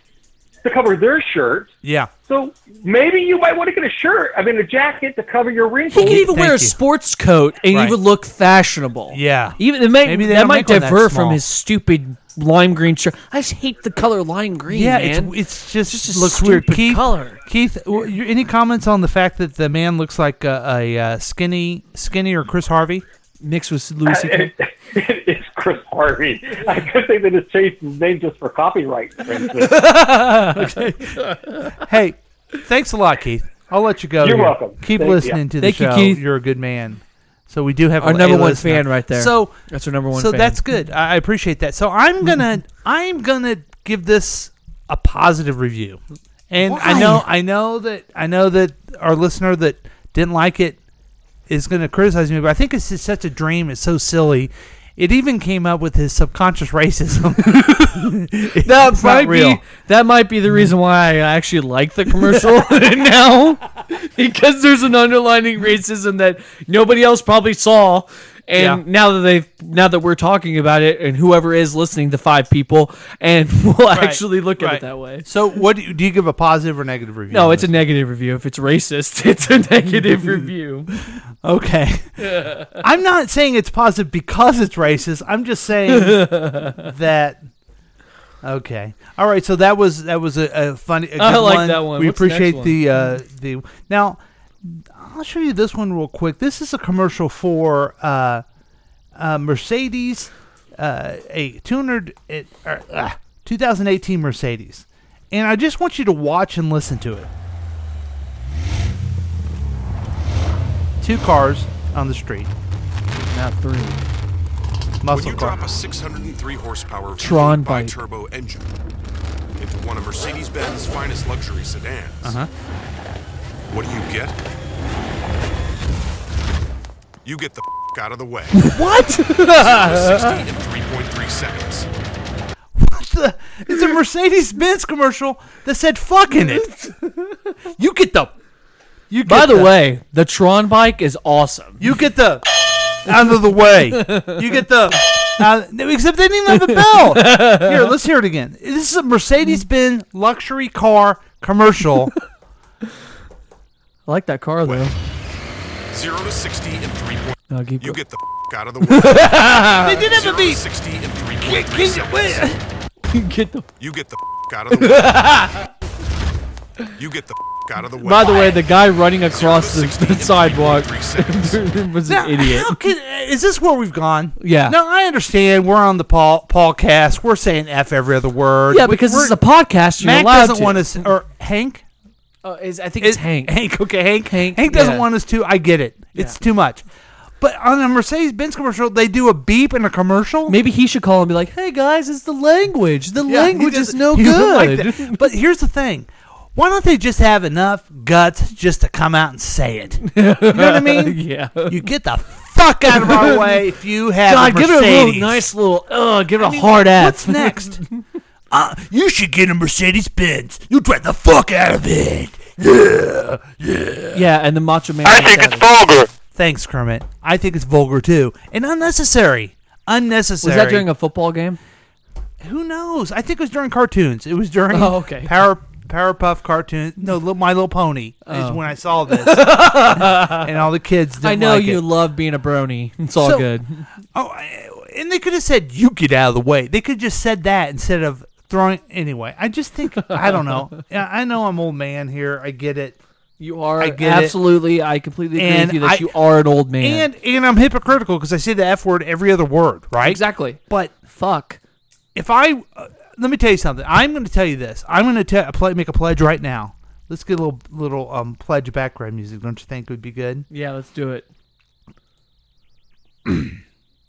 Speaker 16: to cover their shirts.
Speaker 7: Yeah.
Speaker 16: So maybe you might want to get a shirt. I mean, a jacket to cover your
Speaker 6: He
Speaker 16: wrinkles.
Speaker 6: could even wear a sports coat and
Speaker 7: Right.
Speaker 6: he would look fashionable.
Speaker 7: Yeah.
Speaker 6: Even it might,
Speaker 7: Maybe they
Speaker 6: that
Speaker 7: don't
Speaker 6: might
Speaker 7: make one that
Speaker 6: divert
Speaker 7: small.
Speaker 6: from his stupid lime green shirt. I just hate the color lime green.
Speaker 7: yeah,
Speaker 6: man.
Speaker 7: it's it's just,
Speaker 6: It's a
Speaker 7: looks weird.
Speaker 6: stupid
Speaker 7: Keith,
Speaker 6: color.
Speaker 7: Keith, w- you- any comments on the fact that the man looks like a, a, uh skinny, skinny or Chris Harvey
Speaker 6: mixed with Louis
Speaker 16: Uh,
Speaker 6: C.K.?
Speaker 16: <laughs> it's Chris Harvey. I could think they just changed his name just for copyright. For instance.
Speaker 7: <laughs> okay. Hey, thanks a lot, Keith. I'll let you go.
Speaker 16: You're
Speaker 7: here.
Speaker 16: welcome.
Speaker 7: Keep
Speaker 16: Thank you.
Speaker 7: listening to the
Speaker 6: Thank you,
Speaker 7: show.
Speaker 6: Keith.
Speaker 7: are a good man. So we do have
Speaker 6: Our
Speaker 7: a-
Speaker 6: number
Speaker 7: a
Speaker 6: one
Speaker 7: listener.
Speaker 6: fan right there.
Speaker 7: So
Speaker 6: That's our number one
Speaker 7: So
Speaker 6: fan.
Speaker 7: that's good. I I appreciate that. So
Speaker 6: <laughs>
Speaker 7: I'm gonna I'm gonna give this a positive review. And I know I know that I know that our listener that didn't like it is going to criticize me, but I think it's just such a dream. It's so silly. It even came up with his subconscious racism. <laughs>
Speaker 6: <laughs> that
Speaker 7: It's not
Speaker 6: might
Speaker 7: real.
Speaker 6: be that might be the reason why I actually like
Speaker 7: <laughs>
Speaker 6: the <laughs> commercial now because there's an underlining racism that nobody else probably saw and
Speaker 7: Yeah.
Speaker 6: now that they've now that we're talking about it and whoever is listening the five people and <laughs> we'll
Speaker 7: Right,
Speaker 6: actually look at
Speaker 7: right.
Speaker 6: it that way
Speaker 7: So, what do you, do you give a positive or negative review?
Speaker 6: no it's a negative review if it's racist <laughs> it's a negative review
Speaker 7: <laughs>
Speaker 6: <laughs>
Speaker 7: okay. I'm not saying it's positive because it's racist. I'm just saying
Speaker 6: <laughs>
Speaker 7: that. Okay. All right. So that was that was a, a funny. a
Speaker 6: I
Speaker 7: good
Speaker 6: like that one.
Speaker 7: We
Speaker 6: What's the next
Speaker 7: appreciate
Speaker 6: one?
Speaker 7: the uh, the now. I'll show you this one real quick. This is a commercial for uh, uh, Mercedes, uh, a 200, it, or, uh, 2018 Mercedes, and I just want you to watch and listen to it. Two cars on the street. Not three.
Speaker 18: when
Speaker 7: Muscle
Speaker 18: you
Speaker 7: car. <laughs>
Speaker 18: drop a 603 horsepower
Speaker 7: Tron bike.
Speaker 18: turbo engine into one of Mercedes-Benz finest luxury sedans,
Speaker 7: Uh huh.
Speaker 18: what do you get? You get the f- out of the way.
Speaker 7: <laughs> What?
Speaker 18: Zero to 60 in 3.3 seconds.
Speaker 7: the- it's a Mercedes Benz commercial that said "fuck" in
Speaker 6: <laughs>
Speaker 7: it. You get the. You
Speaker 6: by
Speaker 7: get
Speaker 6: the way the tron bike is awesome
Speaker 7: you get the out of the way. You get
Speaker 6: <laughs>
Speaker 7: the. Uh, except they didn't even have a bell. Here, let's hear it again. This is a Mercedes Benz luxury car
Speaker 6: <laughs>
Speaker 7: commercial.
Speaker 6: I like that car though
Speaker 18: Zero to 60 in 3. Point-
Speaker 6: No, keep
Speaker 18: you
Speaker 7: <laughs>
Speaker 6: going.
Speaker 18: get the f- out of the way.
Speaker 7: They did have a
Speaker 18: Zero to
Speaker 7: beat.
Speaker 18: 60 in 3.3
Speaker 7: Wait, <laughs> can you-
Speaker 18: seconds.
Speaker 7: wait.
Speaker 6: Get the.
Speaker 18: You get the f- out of the
Speaker 7: <laughs>
Speaker 18: way. you get the f- out of the way.
Speaker 6: By the way, the guy running across the, the sidewalk <laughs> was
Speaker 7: Now,
Speaker 6: an idiot.
Speaker 7: how can- is this where we've gone?
Speaker 6: Yeah.
Speaker 7: No, I understand. We're on the Paul Paulcast. We're saying f every other word.
Speaker 6: Yeah, because this
Speaker 7: We're-
Speaker 6: is a podcast. You're
Speaker 7: Mac
Speaker 6: allowed
Speaker 7: doesn't
Speaker 6: to.
Speaker 7: want us or Hank.
Speaker 6: Oh, is I think it's
Speaker 7: It-
Speaker 6: Hank.
Speaker 7: Hank. Okay, Hank.
Speaker 6: Hank.
Speaker 7: Hank doesn't
Speaker 6: yeah.
Speaker 7: want us to. I get it. It's too much. But on a Mercedes Benz commercial, they do a beep in a commercial.
Speaker 6: Maybe he should call and be like, "Hey guys, it's the language. The
Speaker 7: Yeah, he
Speaker 6: language is
Speaker 7: doesn't-
Speaker 6: no
Speaker 7: he doesn't like
Speaker 6: good."
Speaker 7: that. but here's the thing. Why don't they just have enough guts just to come out and say it? You know what
Speaker 6: <laughs>
Speaker 7: I mean?
Speaker 6: Yeah.
Speaker 7: You get the fuck out of our way if you have
Speaker 6: God,
Speaker 7: a
Speaker 6: give it a
Speaker 7: Mercedes.
Speaker 6: little nice little. Uh, give it a
Speaker 7: mean,
Speaker 6: hard ass.
Speaker 7: What's next? <laughs> uh, you should get a Mercedes Benz. You drive the fuck out of it. <laughs> Yeah, yeah.
Speaker 6: Yeah, and the Macho Man.
Speaker 7: I think
Speaker 6: it's
Speaker 7: vulgar. Thanks, Kermit. I think it's vulgar too and unnecessary. Unnecessary.
Speaker 6: Was that during a football game?
Speaker 7: Who knows? I think it was during cartoons. It was during
Speaker 6: <laughs> Oh, okay.
Speaker 7: Power Powerpuff cartoons. No, Little- My Little Pony
Speaker 6: Oh.
Speaker 7: is when I saw
Speaker 6: <laughs>
Speaker 7: this, and all the kids. Didn't
Speaker 6: I know
Speaker 7: like
Speaker 6: you
Speaker 7: it.
Speaker 6: love being a brony. It's all
Speaker 7: So-
Speaker 6: good.
Speaker 7: Oh, I- and they could have said you get out of the way. They could have just said that instead of throwing. Anyway, I just think I don't
Speaker 6: <laughs>
Speaker 7: know. <laughs> Yeah, I know I'm old man here. I get it.
Speaker 6: You are
Speaker 7: I get it.
Speaker 6: absolutely. I completely agree
Speaker 7: And
Speaker 6: with you that
Speaker 7: I-
Speaker 6: you are an old man.
Speaker 7: And and I'm hypocritical because I say the f word every other word, right?
Speaker 6: exactly.
Speaker 7: But
Speaker 6: fuck.
Speaker 7: If I uh, let me tell you something, I'm going to tell you this. I'm going to te- pl- make a pledge right now. Let's get a little little um pledge background music. Don't you think would be good?
Speaker 6: Yeah, let's do
Speaker 7: <clears throat>
Speaker 6: it.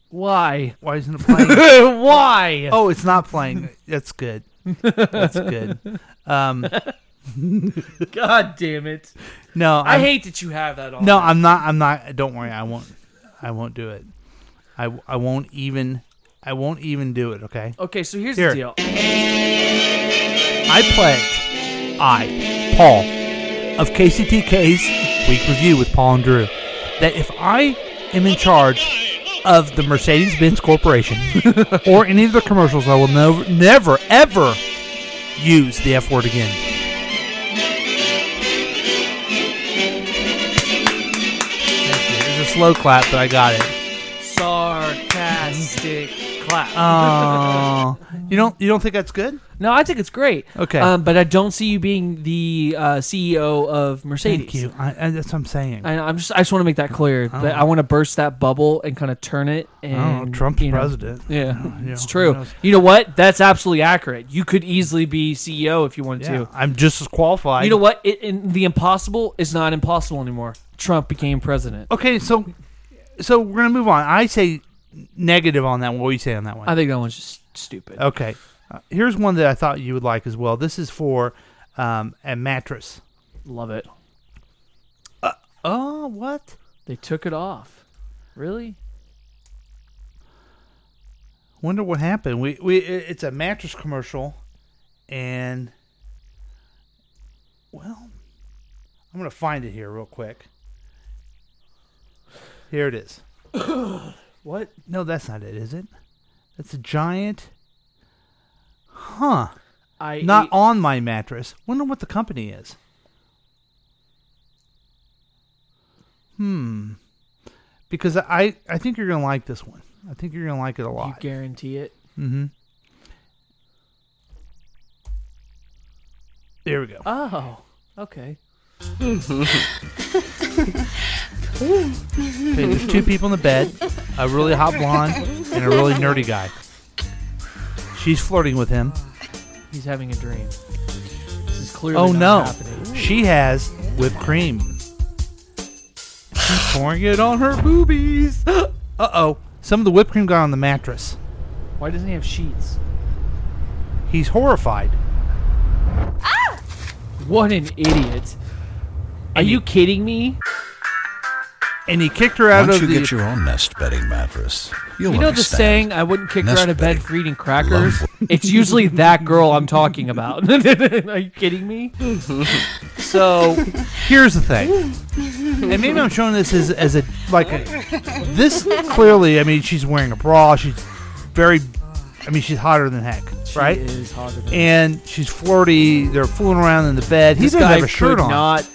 Speaker 6: Why?
Speaker 7: Why isn't it playing?
Speaker 6: <laughs> Why?
Speaker 7: Oh, it's not playing. That's good. That's good. Um,
Speaker 6: <laughs> God damn it!
Speaker 7: no,
Speaker 6: I
Speaker 7: I'm-
Speaker 6: hate that you have that on.
Speaker 7: No, I'm not. I'm not. Don't worry. I won't. I won't do it. I, I won't even. I won't even do it. Okay.
Speaker 6: Okay, so here's
Speaker 7: Here.
Speaker 6: the deal.
Speaker 7: I pledge. I, Paul, of KCTK's week review with Paul and Drew, that if I am in charge of the Mercedes Benz Corporation <laughs> or any of their commercials, I will never, never, ever use the F word again. Thank you. There's a slow clap, but I got it.
Speaker 6: Sarcastic clap.
Speaker 7: Oh, <laughs> you don't you don't think that's good?
Speaker 6: No, I think it's great.
Speaker 7: Okay.
Speaker 6: Um, but I don't see you being the uh, CEO of Mercedes.
Speaker 7: Thank you. I, I, that's what I'm saying. Oh.
Speaker 6: I, I'm just. I just want to make that clear. That I want to burst that bubble and kind of turn it. And
Speaker 7: Trump's
Speaker 6: you know,
Speaker 7: president. Oh,
Speaker 6: Yeah,
Speaker 7: Yeah,
Speaker 6: it's
Speaker 7: who
Speaker 6: true.
Speaker 7: knows?
Speaker 6: You know what? That's absolutely accurate. You could easily be
Speaker 7: E
Speaker 6: CEO if you wanted
Speaker 7: Yeah,
Speaker 6: to.
Speaker 7: I'm just as qualified.
Speaker 6: You know what? It, in, the impossible is not impossible anymore. Trump became president.
Speaker 7: Okay, so so we're gonna move on. I say negative on that one. What do you say on that one?
Speaker 6: I think that one's just stupid.
Speaker 7: Okay, uh, here's one that I thought you would like as well. This is for um, a mattress.
Speaker 6: Love it.
Speaker 7: Oh, what?
Speaker 6: They took it off. Really?
Speaker 7: Wonder what happened. We we i- it's a mattress commercial, and well, I'm gonna find it here real quick. Here it is. <coughs> what? No, that's not it, is it? That's a giant. Huh.
Speaker 6: I
Speaker 7: Not
Speaker 6: ate-
Speaker 7: on my mattress. Wonder what the company is. Hmm. Because I, I think you're gonna like this one. I think you're gonna like it a lot.
Speaker 6: You guarantee it.
Speaker 7: Mm-hmm. There we go.
Speaker 6: Oh. Okay.
Speaker 7: Okay, there's two people in the bed, a really hot blonde and a really nerdy guy. She's flirting with him.
Speaker 6: He's having a dream. This is clearly
Speaker 7: Oh
Speaker 6: not
Speaker 7: no,
Speaker 6: happening.
Speaker 7: she has whipped cream. She's pouring it on her boobies. <gasps> uh oh, some of the whipped cream got on the mattress.
Speaker 6: Why doesn't he have sheets?
Speaker 7: He's horrified.
Speaker 6: What an idiot. Are you kidding me?
Speaker 7: And he kicked her
Speaker 17: Why
Speaker 7: out
Speaker 17: don't
Speaker 7: of
Speaker 17: you
Speaker 7: the.
Speaker 17: get your own nest bedding mattress? You'll
Speaker 6: you know the
Speaker 17: understand.
Speaker 6: saying, I wouldn't kick her
Speaker 17: Nest
Speaker 6: out of bed
Speaker 17: bedding.
Speaker 6: for eating crackers? it's usually that girl I'm talking about. <laughs> Are you kidding
Speaker 17: <laughs>
Speaker 6: me?
Speaker 7: so here's the thing, and maybe I'm showing this as, as a like a, this clearly. I mean, she's wearing a bra. She's very. I mean, she's hotter than heck, right?
Speaker 6: is hotter than heck.
Speaker 7: and she's flirty. They're fooling around in the bed. He
Speaker 6: This
Speaker 7: doesn't
Speaker 6: guy
Speaker 7: have a shirt
Speaker 6: could
Speaker 7: on.
Speaker 6: not-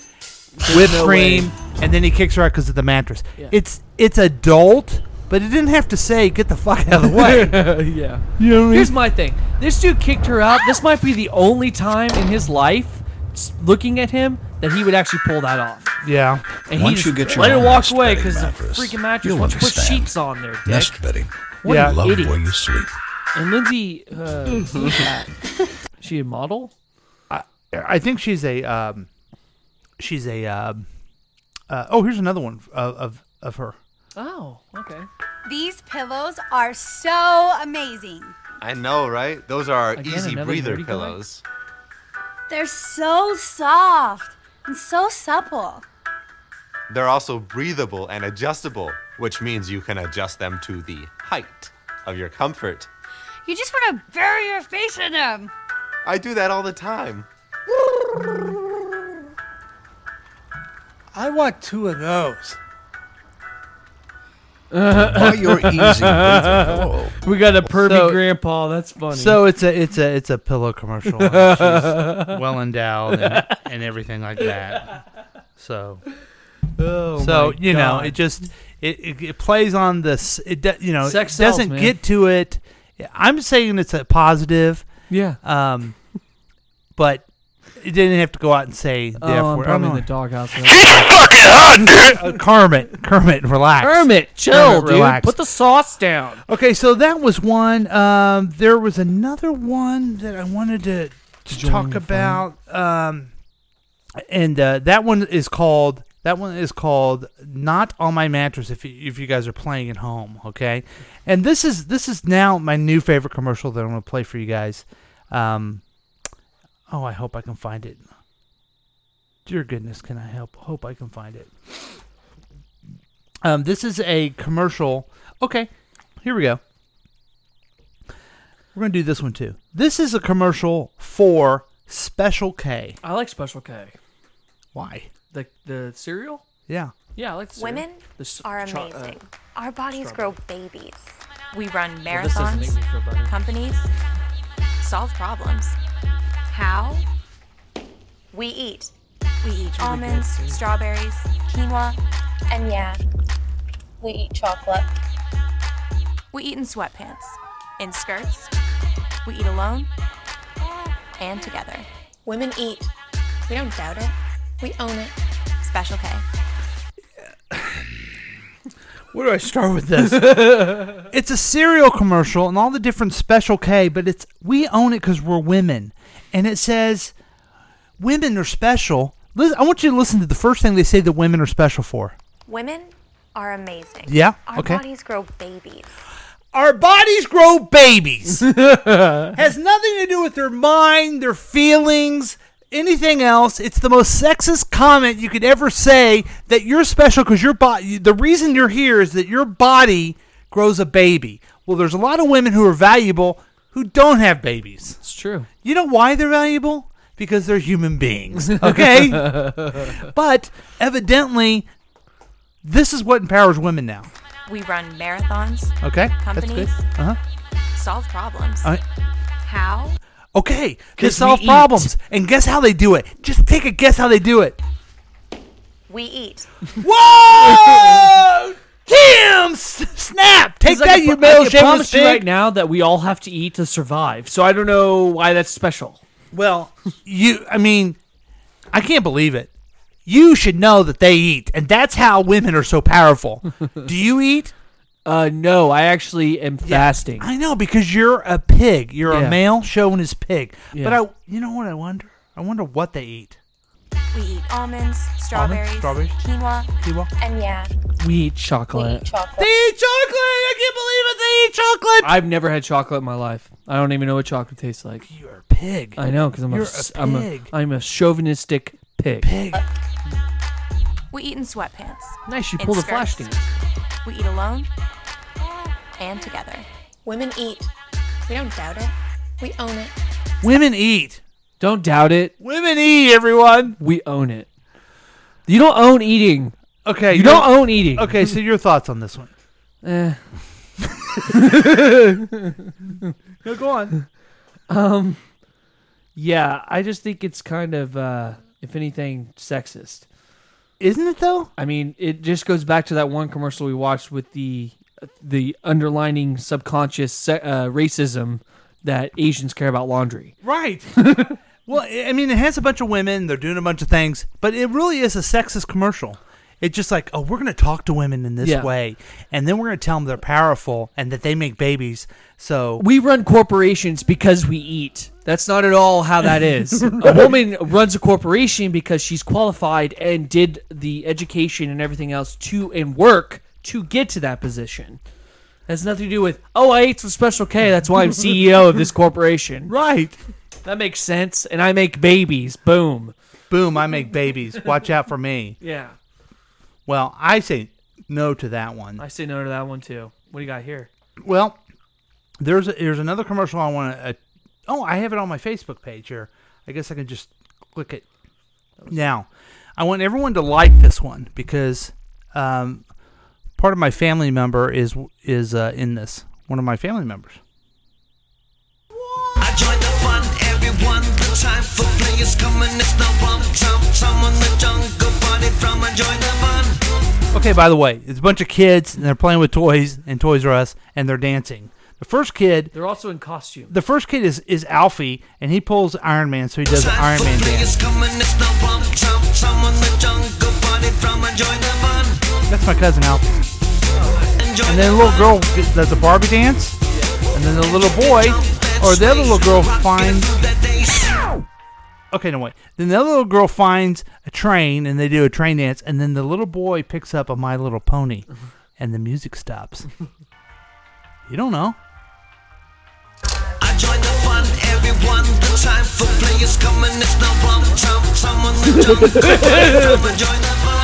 Speaker 6: there's
Speaker 7: Whipped
Speaker 6: no way.
Speaker 7: cream, and then he kicks her out because of the mattress.
Speaker 6: Yeah.
Speaker 7: It's it's adult But it didn't have to say, get the fuck out of the way.
Speaker 6: <laughs> yeah. Here's my thing. This dude kicked her out. This might be the only time in his life, s- looking at him, that he would actually pull that off.
Speaker 7: Yeah.
Speaker 6: And
Speaker 17: Once
Speaker 6: he just
Speaker 17: you get your
Speaker 6: let her
Speaker 17: own
Speaker 6: walk
Speaker 17: nest
Speaker 6: away
Speaker 17: bedding
Speaker 6: because the
Speaker 17: mattress,
Speaker 6: freaking mattress
Speaker 17: you'll
Speaker 6: wants to put
Speaker 17: understand.
Speaker 6: sheets on there. Dick.
Speaker 17: Nest bedding.
Speaker 6: What
Speaker 17: yeah.
Speaker 6: an
Speaker 17: Love
Speaker 6: idiot.
Speaker 17: where you sleep.
Speaker 6: And Lindsay, uh, who's that? she a model?
Speaker 7: Mm-hmm. I, I think she's a um, she's a um, uh, oh here's another one of of, of <laughs> her.
Speaker 6: Oh, okay.
Speaker 19: These pillows are so amazing.
Speaker 20: I know, right? Those are
Speaker 6: Again,
Speaker 20: easy
Speaker 6: another
Speaker 20: breather
Speaker 6: nerdy guy?
Speaker 20: pillows.
Speaker 19: They're so soft and so supple.
Speaker 20: They're also breathable and adjustable, which means you can adjust them to the height of your comfort.
Speaker 19: You just want to bury your face in them.
Speaker 20: I do that all the time.
Speaker 21: I want two of those.
Speaker 6: While
Speaker 21: you're
Speaker 7: <laughs>
Speaker 21: easy breathing.
Speaker 6: we got a pervy
Speaker 7: So-
Speaker 6: grandpa. That's funny.
Speaker 7: So it's a it's a it's a pillow commercial.
Speaker 6: <laughs>
Speaker 7: She's well endowed and, and everything like that. So
Speaker 6: Oh,
Speaker 7: so
Speaker 6: my
Speaker 7: you know
Speaker 6: God.
Speaker 7: it just it, it, it plays on this it do, you know
Speaker 6: Sex
Speaker 7: it
Speaker 6: sells,
Speaker 7: doesn't
Speaker 6: man.
Speaker 7: get to it. I'm saying it's a positive.
Speaker 6: Yeah.
Speaker 7: Um, but it didn't have to go out and say the
Speaker 6: Oh,
Speaker 7: F
Speaker 6: I'm
Speaker 7: word.
Speaker 6: probably
Speaker 7: Oh,
Speaker 6: in
Speaker 7: no.
Speaker 6: the doghouse.
Speaker 7: Uh, Kermit, Kermit, relax.
Speaker 6: Kermit, chill,
Speaker 7: Kermit,
Speaker 6: dude.
Speaker 7: relax.
Speaker 6: Put the sauce down.
Speaker 7: Okay, so that was one. Um, there was another one that I wanted to, to
Speaker 6: Join
Speaker 7: talk
Speaker 6: the
Speaker 7: about, um, and uh, that one is called that one is called "Not on My Mattress." If you, if you guys are playing at home, okay, and this is this is now my new favorite commercial that I'm going to play for you guys. Um, oh, I hope I can find it. Dear goodness, can I help? Hope I can find it. Um, this is a commercial. Okay, here we go. We're going to do this one too. This is a commercial for Special K.
Speaker 6: I like Special K.
Speaker 7: Why?
Speaker 6: The the cereal?
Speaker 7: Yeah.
Speaker 6: Yeah, I like the cereal.
Speaker 22: Women
Speaker 6: The s-
Speaker 22: are
Speaker 6: cho- uh,
Speaker 22: amazing. Our bodies grow babies. We run
Speaker 6: Well, this doesn't make
Speaker 22: marathons,
Speaker 6: me feel better.
Speaker 22: companies, solve problems. How? We eat. We eat almonds, strawberries, quinoa, and yeah, we eat chocolate. We eat in sweatpants, in skirts. We eat alone and together. Women eat. We don't doubt it. We own it. Special K.
Speaker 7: Where do I start with this? <laughs> it's a cereal commercial and all the different Special K, but it's we own it because we're women, and it says women are special. Lis- I want you to listen to the first thing they say that women are special for.
Speaker 22: Women are amazing.
Speaker 7: Yeah,
Speaker 22: Our
Speaker 7: okay.
Speaker 22: bodies grow babies.
Speaker 7: Our bodies grow babies. <laughs> Has nothing to do with their mind, their feelings, anything else. It's the most sexist comment you could ever say that you're special because your body. The reason you're here is that your body grows a baby. Well, there's a lot of women who are valuable who don't have babies. It's
Speaker 6: true.
Speaker 7: You know why they're valuable? Because they're human beings. Okay. but evidently, this is what empowers women now.
Speaker 22: We run marathons.
Speaker 7: Okay, that's good.
Speaker 22: Companies.
Speaker 7: Uh-huh. Uh,
Speaker 22: Solve problems.
Speaker 7: All right.
Speaker 22: How?
Speaker 7: Okay, they
Speaker 22: 'Cause
Speaker 7: solve
Speaker 22: we eat.
Speaker 7: problems. And guess how they do it? Just take a guess how they do it.
Speaker 22: We eat.
Speaker 7: Whoa! Damn! s- Snap! Take
Speaker 6: 'Cause I
Speaker 7: that,
Speaker 6: can
Speaker 7: you
Speaker 6: pro- I
Speaker 7: male
Speaker 6: can
Speaker 7: shameless
Speaker 6: promise you right
Speaker 7: pig.
Speaker 6: now that we all have to eat to survive. So I don't know why that's special.
Speaker 7: Well, you, I mean, I can't believe it. You should know that they eat, and that's how women are so powerful.
Speaker 6: <laughs>
Speaker 7: do you eat?
Speaker 6: Uh, no, I actually am fasting.
Speaker 7: I know because you're a pig. You're
Speaker 6: Yeah.
Speaker 7: a male showing his pig. But
Speaker 6: Yeah.
Speaker 7: I, you know what I wonder? I wonder what they eat.
Speaker 22: We eat almonds, strawberries,
Speaker 7: strawberries.
Speaker 22: quinoa,
Speaker 7: quinoa,
Speaker 22: and yeah,
Speaker 6: We eat chocolate.
Speaker 22: chocolate.
Speaker 7: They eat chocolate. I can't believe it. They eat chocolate.
Speaker 6: I've never had chocolate in my life. I don't even know what chocolate tastes like.
Speaker 7: You're a pig.
Speaker 6: I know because I'm
Speaker 7: You're a
Speaker 6: a, s- I'm a
Speaker 7: pig.
Speaker 6: I'm a chauvinistic pig.
Speaker 7: Pig.
Speaker 22: We eat in sweatpants.
Speaker 6: Nice, you
Speaker 22: in
Speaker 6: pulled a
Speaker 22: skirts.
Speaker 6: flash dance.
Speaker 22: We eat alone and together. Women eat. We don't doubt it. We own it.
Speaker 7: Women eat.
Speaker 6: Don't doubt it.
Speaker 7: Women eat, everyone.
Speaker 6: We own it. You don't own eating.
Speaker 7: Okay,
Speaker 6: You don't
Speaker 7: you're-
Speaker 6: own eating.
Speaker 7: Okay, so your thoughts on
Speaker 6: <laughs>
Speaker 7: this one?
Speaker 6: Eh.
Speaker 7: No, go on.
Speaker 6: <laughs> Um, yeah, I just think it's kind of, uh, if anything, sexist.
Speaker 7: Isn't it though?
Speaker 6: I mean, it just goes back to that one commercial we watched with the the underlining subconscious se- uh, racism that Asians care about laundry. <laughs>
Speaker 7: Right. well, I I mean, it has a bunch of women. They're doing a bunch of things, but it really is a sexist commercial. It's just like, oh, we're going to talk to women in this
Speaker 6: Yeah.
Speaker 7: way, and then we're going to tell them they're powerful and that they make babies. So
Speaker 6: We <laughs> run corporations because we eat. That's not at all how
Speaker 7: <laughs>
Speaker 6: that is. A woman runs a corporation because she's qualified and did the education and everything else to and work to get to that position. Has nothing to do with, oh, I ate some special K. That's why I'm CEO of this
Speaker 7: <laughs>
Speaker 6: corporation.
Speaker 7: Right.
Speaker 6: That makes sense. And I make babies. Boom.
Speaker 7: Boom, I make babies. Watch out for me.
Speaker 6: <laughs> Yeah.
Speaker 7: Well, I say no to that one.
Speaker 6: I say no to that one, too. What do you got here?
Speaker 7: Well, there's a, there's another commercial I want to. Uh, oh, I have it on my Facebook page here. I guess I can just click it. Now, I want everyone to like this one because um, part of my family member is is uh, in this. One of my family members.
Speaker 23: I join the fun, everyone. The time for play is coming. It's the rum tum tum on the jungle party from. I join the fun.
Speaker 7: Okay, by the way, it's a bunch of kids and they're playing with toys and Toys R Us and they're dancing. The first kid,
Speaker 6: They're also in costume.
Speaker 7: the first kid is is Alfie and he pulls Iron Man, so he does an
Speaker 23: time
Speaker 7: Iron
Speaker 23: for
Speaker 7: Man
Speaker 23: play
Speaker 7: dance.
Speaker 23: is coming. It's the rum tum tum on the jungle party from. I join the fun.
Speaker 7: That's my cousin Alfie. And then a little girl gets- does a Barbie dance, and then the little boy or the other little girl finds. Okay, no wait. Then the other little girl finds a train, and they do a train dance, and then the little boy picks up a My Little Pony, and the music stops. You don't know.
Speaker 23: I join the fun, everyone. The time for play is coming. It's the rum tum tum on
Speaker 7: <laughs>
Speaker 23: the jungle party from. I join the fun.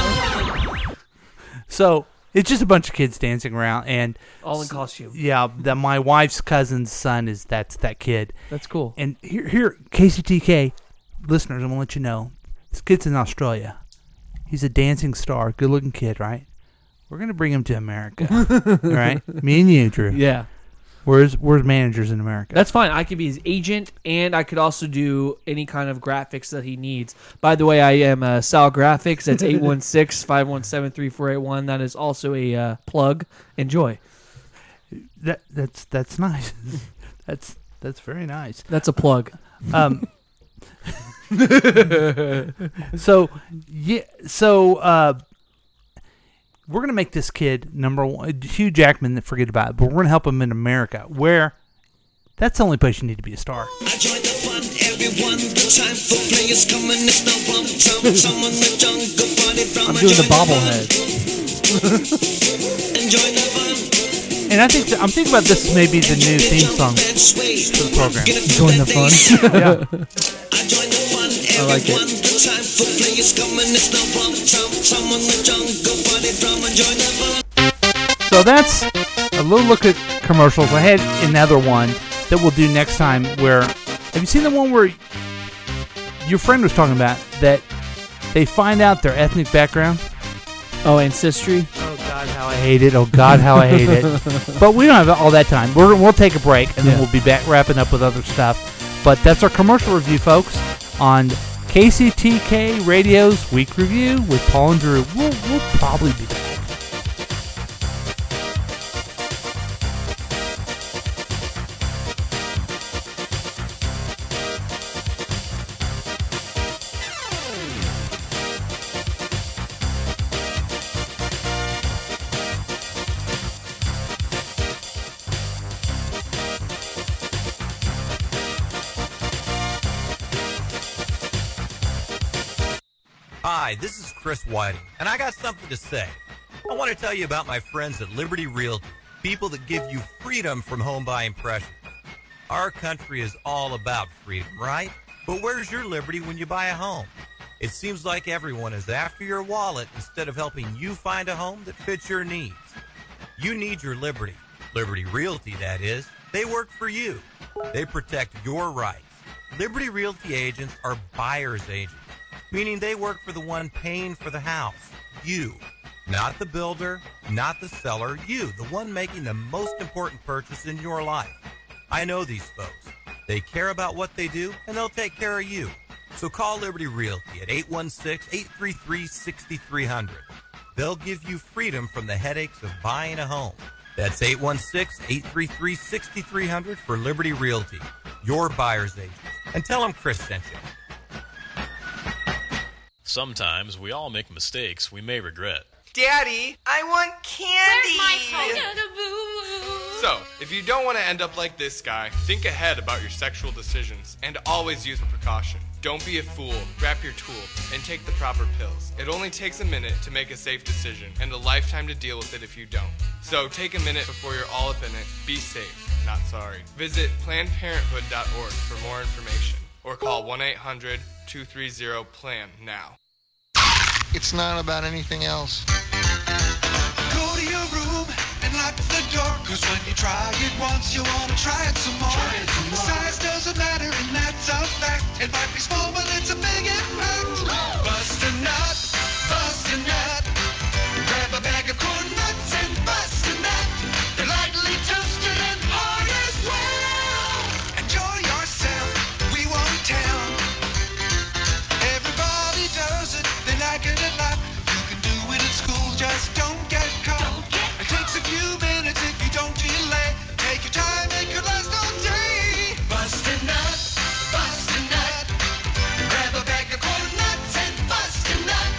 Speaker 7: So it's just a bunch of kids dancing around and
Speaker 6: All in costume.
Speaker 7: Yeah, that my wife's cousin's son is that's that kid.
Speaker 6: That's cool.
Speaker 7: And here, here, KCTK listeners, I'm gonna let you know this kid's in Australia. He's a dancing star, good-looking kid, right? We're gonna bring him to
Speaker 6: <laughs>
Speaker 7: America, all right? Me and you, Drew.
Speaker 6: Yeah.
Speaker 7: Where's Where's managers in America?
Speaker 6: That's fine. I could be his agent, and I could also do any kind of graphics that he needs. By the way, I am uh, Sal Graphics. That's 816 517 3481. That is also a uh, plug. Enjoy.
Speaker 7: That that's that's nice. <laughs> that's that's very nice.
Speaker 6: That's a plug.
Speaker 7: Um, <laughs> so yeah, so uh, we're gonna make this kid number one. Hugh Jackman, forget about it. But we're gonna help him in America, where that's the only place you need to be a star.
Speaker 23: I join the fun, everyone. The time for play is coming. It's the rum tum tum on the jungle party from.
Speaker 7: I'm
Speaker 23: I
Speaker 7: doing the
Speaker 23: join fun.
Speaker 7: bobblehead.
Speaker 23: Enjoy the fun.
Speaker 7: <laughs> And I think I'm thinking about this may be the new theme song for the program.
Speaker 23: Join the fun.
Speaker 7: <laughs> yeah.
Speaker 6: I like it.
Speaker 23: The time for play is coming. It's the rum tum tum on the jungle party from. I join the fun.
Speaker 7: So that's a little look at commercials. I had another one that we'll do next time where have you seen the one where your friend was talking about that they find out their ethnic background?
Speaker 6: Oh, ancestry?
Speaker 7: Oh, God, how I hate it. Oh, God, how I hate
Speaker 6: <laughs>
Speaker 7: it. but we don't have all that time. We're, we'll take a break and then
Speaker 6: Yeah.
Speaker 7: we'll be back wrapping up with other stuff. But that's our commercial review, folks, on KCTK Radio's Week Review with Paul and Drew. We'll, we'll probably be back.
Speaker 2: Hi, this is Chris Whiting, and I got something to say. I want to tell you about my friends at Liberty Realty, people that give you freedom from home buying pressure. Our country is all about freedom, right? But where's your liberty when you buy a home? It seems like everyone is after your wallet instead of helping you find a home that fits your needs. You need your liberty. Liberty Realty, that is. They work for you. They protect your rights. Liberty Realty agents are buyer's agents, meaning they work for the one paying for the house, you. Not the builder, not the seller, you, the one making the most important purchase in your life. I know these folks. They care about what they do, and they'll take care of you. So call Liberty Realty at 816 833 6300. They'll give you freedom from the headaches of buying a home. That's 816 833 6300 for Liberty Realty, your buyer's agent. And tell them Chris sent you.
Speaker 1: Sometimes we all make mistakes we may regret.
Speaker 4: Daddy, I want candy.
Speaker 8: So, if you don't want to end up like this guy, think ahead about your sexual decisions and always use precaution. Don't be a fool, wrap your tool, and take the proper pills. It only takes a minute to make a safe decision and a lifetime to deal with it if you don't. So take a minute before you're all up in it. Be safe, not sorry. Visit PlannedParenthood.org for more information or call 1 800 230 PLAN now.
Speaker 24: It's not about anything else.
Speaker 12: Go to your room and lock the door. Cause when you try it once, you wanna try it some more. The size doesn't matter, and that's a fact. It might be small, but it's a big <gasps> impact. Bust a nut, bust a nut. Grab a bag of corn nuts and bust a nut. They're lightly toasted and hard as well. Enjoy yourself, we won't tell. Everybody does it, they like it a lot. You can do it at school, just don't get caught. it takes a few minutes if you don't delay. Take your time, it could last all day. Bust a nut, bust a nut. Grab a bag of corn nuts and bust a nut.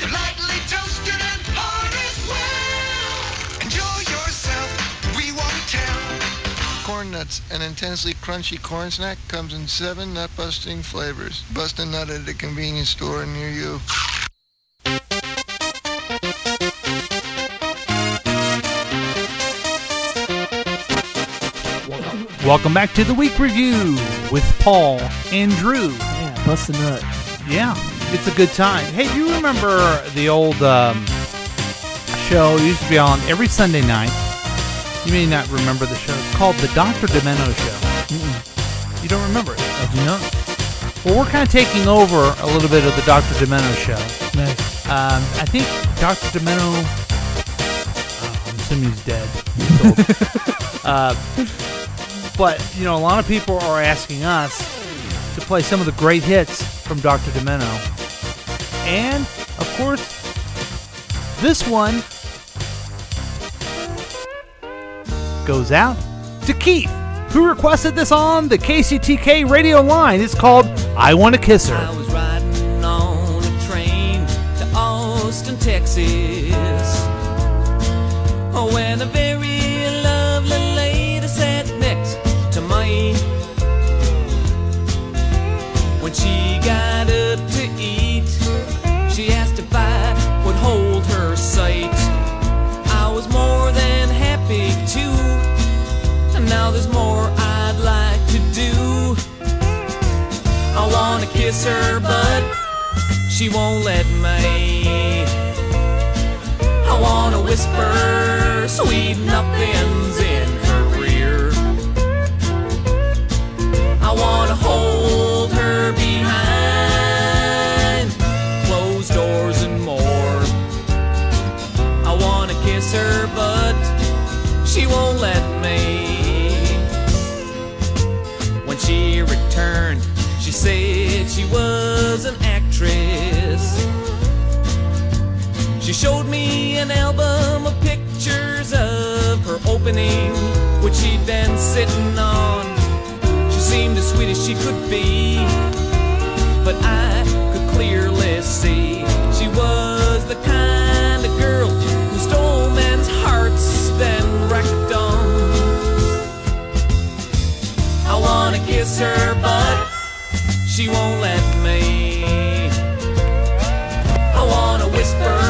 Speaker 12: They're lightly toasted and hard as well. Enjoy yourself, we won't tell.
Speaker 24: Corn Nuts, an intensely crunchy corn snack, comes in seven nut busting flavors. Bust a nut at a convenience store near you.
Speaker 7: Welcome back to the week review with Paul and Drew. Yeah,
Speaker 6: bust a nut.
Speaker 7: Yeah, it's a good time. Hey, do you remember the old um, show? It used to be on every Sunday night. You may not remember the show. It's called The Dr. Demento Show. You don't remember it? I do not. Well, we're kind of taking over a little bit of The Dr. Demento Show.
Speaker 6: Nice.
Speaker 7: Um, I think Dr. Demento, uh, I'm assuming he's dead. He's old. uh, but you know, a lot of people are asking us to play some of the great hits from Dr. Demento, and of course, this one goes out to Keith, who requested this on the KCTK radio line. It's called "I Want to Kiss
Speaker 25: I
Speaker 7: Her."
Speaker 25: was riding on a train to Austin, Texas, when a very lovely lady sat next to me. When she got up to eat, she asked if I would hold her sight. I was more than happy to, and now there's more I'd like to do. I wanna kiss her, but she won't let me. I wanna whisper sweet nothings in her ear. I wanna hold her behind closed doors and more. I wanna kiss her, but she won't let me. When she returned, she said she was an actress. She showed me an album of pictures of her opening, which she'd been sitting on. She seemed as sweet as she could be, but I could clearly see she was the kind of girl who stole men's hearts, then wrecked them. I wanna kiss her, but she won't let me. I wanna whisper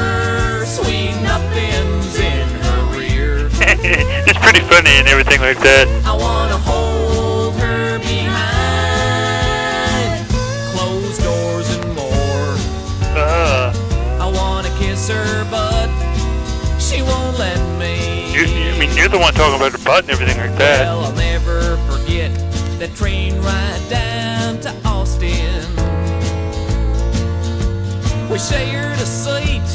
Speaker 25: sweet nothings in her ear.
Speaker 9: <laughs> it's pretty funny and everything like that.
Speaker 25: I wanna hold her behind closed doors and more. I wanna kiss her, but she won't let me.
Speaker 9: You, I mean, you're the one talking about the butt and everything like that.
Speaker 25: Well, I'll never forget that train ride down to Austin. We shared a seat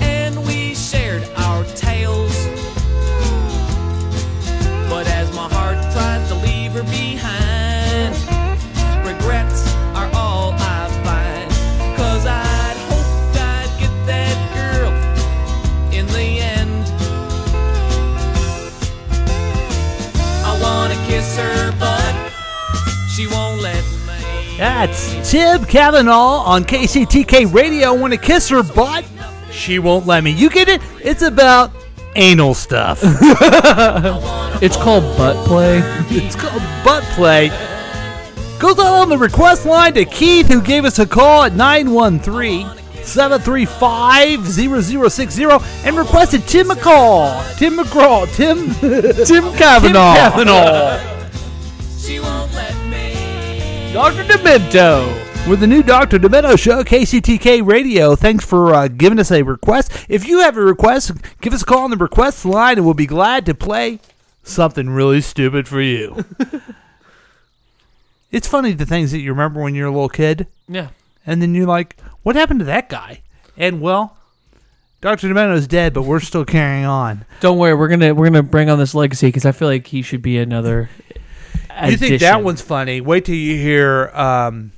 Speaker 25: and we shared our tales. But as my heart tries to leave her behind, regrets are all I find. Cause I'd hoped I'd get that girl in the end. wanna kiss her, but she won't let me.
Speaker 7: That's Tib Cavanaugh on KCTK Radio. Want to kiss her butt? She won't let me. You get it? It's about anal stuff. <laughs> it's called butt play. <laughs> It's called butt play. Goes out on the request line to Keith, who gave us a call at 913 735 0060 and requested Tim McCall. Tim McGraw. Tim. <laughs> Tim
Speaker 6: Kavanaugh.
Speaker 7: Tim Kavanaugh. Dr. Demento. With the new Dr. Demento show, KCTK Radio, thanks for uh, giving us a request. If you have a request, give us a call on the request line and we'll be glad to play something really stupid for you. <laughs> it's funny the things that you remember when you're a little kid.
Speaker 6: Yeah.
Speaker 7: And then you're like, what happened to that guy? And well, Dr. Demento's dead, but we're still carrying on.
Speaker 6: Don't worry, we're gonna we're gonna bring on this legacy because I feel like he should be another.
Speaker 7: You think that
Speaker 6: addition.
Speaker 7: one's funny? Wait till you hear um,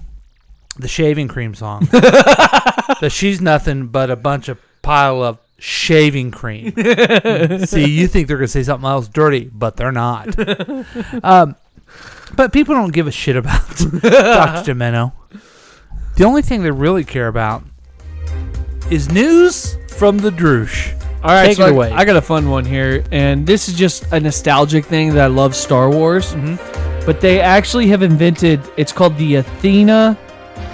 Speaker 7: the shaving cream <laughs> song. that she's nothing but a bunch of pile of shaving <laughs> cream. See, you think they're gonna say something else dirty, but they're not. um, but people don't give a shit about <laughs> Dr. Demento. The only thing they really care about is news from the Droosh.
Speaker 6: All right,
Speaker 7: Take
Speaker 6: so
Speaker 7: it
Speaker 6: I-
Speaker 7: away.
Speaker 6: I got a fun one here, and this is just a nostalgic thing that I love Star Wars.
Speaker 7: Mm-hmm.
Speaker 6: But they actually have invented. It's called the Athena,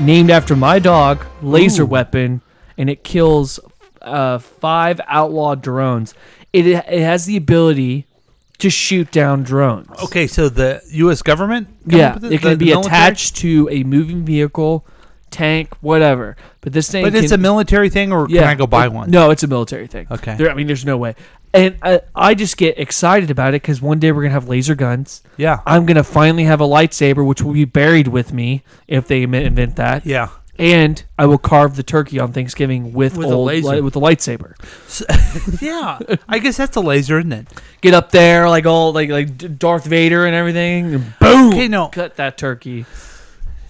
Speaker 6: named after my dog, laser
Speaker 7: Ooh.
Speaker 6: weapon, and it kills uh, five outlaw drones. It it has the ability to shoot down drones.
Speaker 7: Okay, so the U.S. government? come
Speaker 6: Yeah,
Speaker 7: up with
Speaker 6: it can
Speaker 7: The- the
Speaker 6: be
Speaker 7: military?
Speaker 6: attached to a moving vehicle, tank, whatever. But this thing,
Speaker 7: But it's a military thing, or can I go buy
Speaker 6: it-
Speaker 7: one?
Speaker 6: No, it's a military thing.
Speaker 7: Okay.
Speaker 6: There- I mean, there's no way. And I, I just get excited about it because one day we're gonna have laser guns.
Speaker 7: Yeah.
Speaker 6: I'm gonna finally have a lightsaber, which will be buried with me if they inven- invent that.
Speaker 7: Yeah.
Speaker 6: And I will carve the turkey on Thanksgiving with,
Speaker 7: With a
Speaker 6: old,
Speaker 7: laser.
Speaker 6: li- with a lightsaber.
Speaker 7: <laughs> yeah, I guess that's a laser, isn't it?
Speaker 6: Get up there like all like like D- Darth Vader and everything. And boom!
Speaker 7: Okay, no.
Speaker 6: Cut that turkey.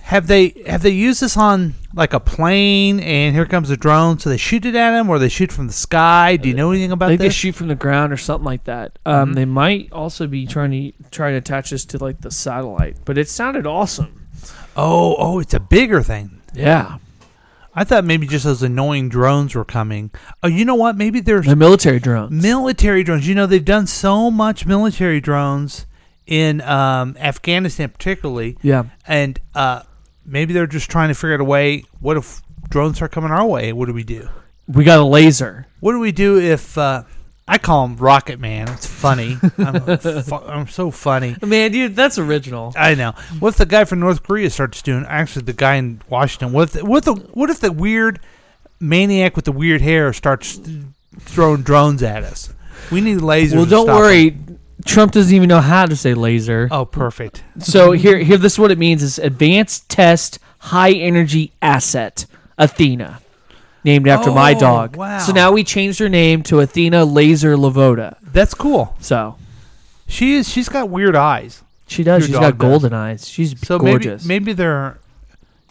Speaker 7: Have they have they used this on like a plane? And here comes a drone, so they shoot it at him, or they shoot from the sky? Do you know anything
Speaker 6: I
Speaker 7: about
Speaker 6: think they
Speaker 7: this?
Speaker 6: shoot from the ground or something like that. Um,
Speaker 7: Mhm.
Speaker 6: They might also be trying to try to attach this to like the satellite, but it sounded awesome.
Speaker 7: oh, oh, it's a bigger thing.
Speaker 6: Yeah.
Speaker 7: I thought maybe just those annoying drones were coming. Oh, you know what? Maybe there's
Speaker 6: The military drone.
Speaker 7: military drones. You know, they've done so much military drones in um, Afghanistan, particularly.
Speaker 6: Yeah.
Speaker 7: And uh, maybe they're just trying to figure out a way. What if drones start coming our way? What do we do?
Speaker 6: We got a laser.
Speaker 7: What do we do if uh, I call him Rocket Man? It's
Speaker 6: <laughs>
Speaker 7: funny. I'm, a fu- I'm so funny.
Speaker 6: Man, dude, that's original.
Speaker 7: I know. What if the guy from North Korea starts doing? Actually, the guy in Washington. What if the, what the what if the weird maniac with the weird hair starts throwing drones at us? We need lasers.
Speaker 6: Well,
Speaker 7: to
Speaker 6: don't
Speaker 7: stop
Speaker 6: worry.
Speaker 7: him.
Speaker 6: Trump doesn't even know how to say laser.
Speaker 7: Oh, perfect.
Speaker 6: So here, here, this is what it means: is advanced test high energy asset Athena, named after my
Speaker 7: Oh,
Speaker 6: dog.
Speaker 7: wow.
Speaker 6: So now we changed her name to Athena Laser Lavoda.
Speaker 7: That's cool.
Speaker 6: So
Speaker 7: She is. She's got weird eyes.
Speaker 6: she does.
Speaker 7: Your
Speaker 6: She's
Speaker 7: dog
Speaker 6: got
Speaker 7: does.
Speaker 6: golden eyes. She's
Speaker 7: So
Speaker 6: gorgeous.
Speaker 7: maybe maybe they're.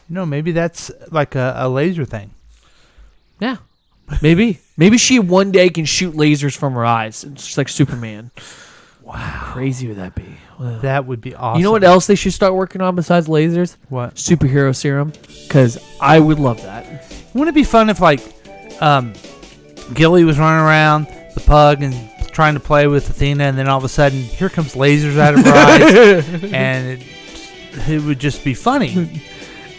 Speaker 7: You know, maybe that's like a, a laser thing.
Speaker 6: Yeah. Maybe. Maybe she one day can shoot lasers from her eyes. It's just like Superman. Wow. Crazy would that be? Wow.
Speaker 7: That would be awesome.
Speaker 6: You know what else they should start working on besides lasers?
Speaker 7: What?
Speaker 6: Superhero serum. Because I would love that.
Speaker 7: Wouldn't it be fun if like um, Gilly was running around the pug and trying to play with Athena, and then all of a sudden, here comes lasers out of her
Speaker 6: <laughs>
Speaker 7: eyes, and it, it would just be funny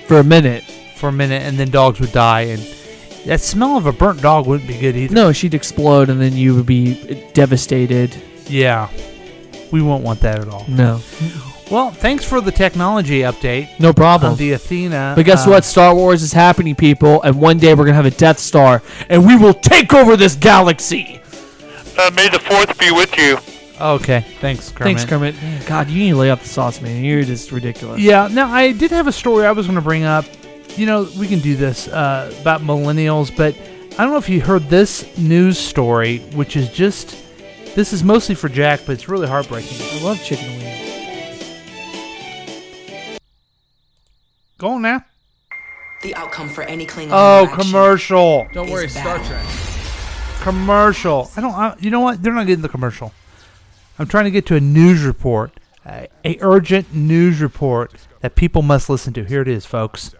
Speaker 6: For a minute.
Speaker 7: for a minute, and then dogs would die, and that smell of a burnt dog wouldn't be good either.
Speaker 6: No, she'd explode and then you would be devastated.
Speaker 7: Yeah, we won't want that at all.
Speaker 6: No.
Speaker 7: Well, thanks for the technology update.
Speaker 6: No problem.
Speaker 7: on the Athena.
Speaker 6: But guess
Speaker 7: um,
Speaker 6: what? Star Wars is happening, people. And one day we're going to have a Death Star and we will take over this galaxy.
Speaker 9: Uh, may the fourth be with you.
Speaker 7: Okay, thanks, Kermit.
Speaker 6: Thanks, Kermit. Man, God, you need to lay off the sauce, man. You're just ridiculous.
Speaker 7: Yeah. Now I did have a story I was going to bring up. You know, we can do this uh, about millennials, but I don't know if you heard this news story, which is just this is mostly for Jack, but it's really heartbreaking.
Speaker 6: I love chicken wings.
Speaker 7: Go on now.
Speaker 3: The outcome for any Klingon
Speaker 7: Oh,
Speaker 3: interaction
Speaker 7: commercial.
Speaker 3: is bad.
Speaker 7: Commercial. I don't. I, you know what? They're not getting the commercial. I'm trying to get to a news report. a, a urgent news report that people must listen to. Here it is, folks.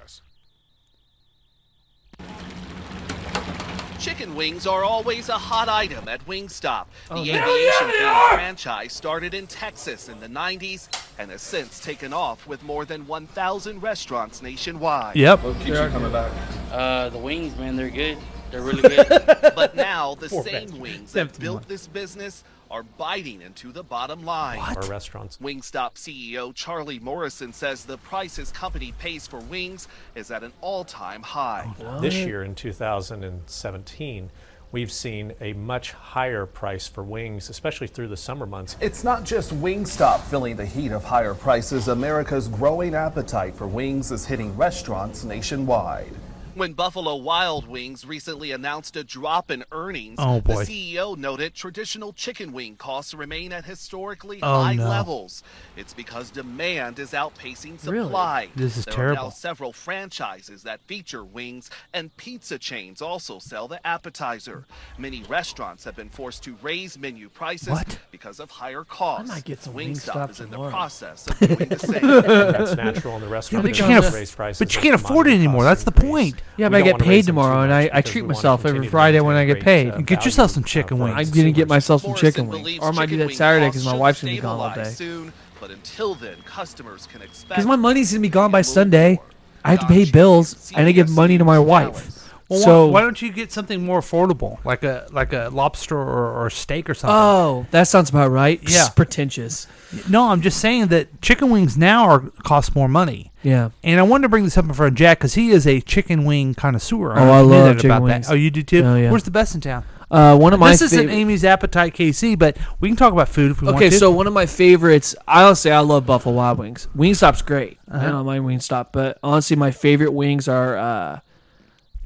Speaker 5: Chicken wings are always a hot item at Wingstop. The
Speaker 10: Oh,
Speaker 5: aviation
Speaker 10: yeah. Yeah, they
Speaker 5: themed
Speaker 10: are!
Speaker 5: franchise started in Texas in the 90s and has since taken off with more than 1,000 restaurants nationwide.
Speaker 7: Yep.
Speaker 13: What keeps you coming back? Uh, the wings, man. They're good.
Speaker 7: <laughs>
Speaker 13: They're really
Speaker 5: <laughs>
Speaker 13: good.
Speaker 5: but now the
Speaker 13: Poor
Speaker 5: same
Speaker 13: bastard.
Speaker 5: wings
Speaker 13: Seventeen
Speaker 5: that built
Speaker 13: months.
Speaker 5: this business are biting into the bottom line.
Speaker 14: Our restaurants.
Speaker 5: Wingstop CEO Charlie Morrison says the price his company pays for wings is at an all-time high.
Speaker 14: This
Speaker 5: Oh.
Speaker 13: Oh,
Speaker 14: year in 2017, we've seen a much higher price for wings, especially through the summer months.
Speaker 15: It's not just Wingstop feeling the heat of higher prices. America's growing appetite for wings is hitting restaurants nationwide.
Speaker 5: When Buffalo Wild Wings recently announced a drop in earnings,
Speaker 15: Oh, boy.
Speaker 5: the CEO noted traditional chicken wing costs remain at historically
Speaker 7: Oh,
Speaker 5: high
Speaker 7: no.
Speaker 5: levels. It's because demand is outpacing
Speaker 7: Really?
Speaker 5: supply.
Speaker 7: This is
Speaker 5: there are now
Speaker 7: terrible.
Speaker 5: several franchises that feature wings, and pizza chains also sell the appetizer. Many restaurants have been forced to raise menu prices because of higher costs.
Speaker 6: might get some
Speaker 5: Wingstop
Speaker 6: Wingstop
Speaker 5: is in the
Speaker 6: tomorrow.
Speaker 5: process of doing the same.
Speaker 7: <laughs>
Speaker 14: <laughs> That's natural, and the restaurant
Speaker 7: but you
Speaker 14: business
Speaker 7: can't,
Speaker 14: raise
Speaker 7: aff-
Speaker 14: prices
Speaker 7: but you
Speaker 14: as
Speaker 7: can't
Speaker 14: commodity
Speaker 7: afford it anymore. That's the point.
Speaker 6: Yeah, but I get paid tomorrow, and I, I treat myself every Friday when I get paid.
Speaker 7: And get yourself
Speaker 14: uh,
Speaker 7: some chicken wings.
Speaker 6: I'm gonna get myself some chicken wings, or I might do that Saturday because my wife's gonna be gone all day.
Speaker 5: stabilize soon, but until then, customers can expect.
Speaker 6: Because my money's gonna be gone by Sunday. I have to pay bills. I need to give money to my wife.
Speaker 7: Well,
Speaker 6: so
Speaker 7: why, why don't you get something more affordable, like a like a lobster or, or steak or something?
Speaker 6: oh, that sounds about right.
Speaker 7: Yeah.
Speaker 6: pretentious.
Speaker 7: No, I'm just saying that chicken wings now are cost more money.
Speaker 6: Yeah.
Speaker 7: And I wanted to bring this up in front of Jack because he is a chicken wing connoisseur.
Speaker 6: Oh,
Speaker 7: don't know if you
Speaker 6: I
Speaker 7: knew
Speaker 6: love
Speaker 7: that
Speaker 6: chicken
Speaker 7: about
Speaker 6: wings.
Speaker 7: That. Oh, you do too.
Speaker 6: Oh, yeah.
Speaker 7: Where's the best in town?
Speaker 6: Uh, one of my
Speaker 7: This isn't
Speaker 6: favorite-
Speaker 7: Amy's appetite, KC, but we can talk about food if we want to.
Speaker 6: Okay, so one of my favorites. I honestly, I love Buffalo Wild Wings. Wingstop's great. I
Speaker 7: Uh-huh.
Speaker 6: don't mind Wingstop, but honestly, my favorite wings are uh,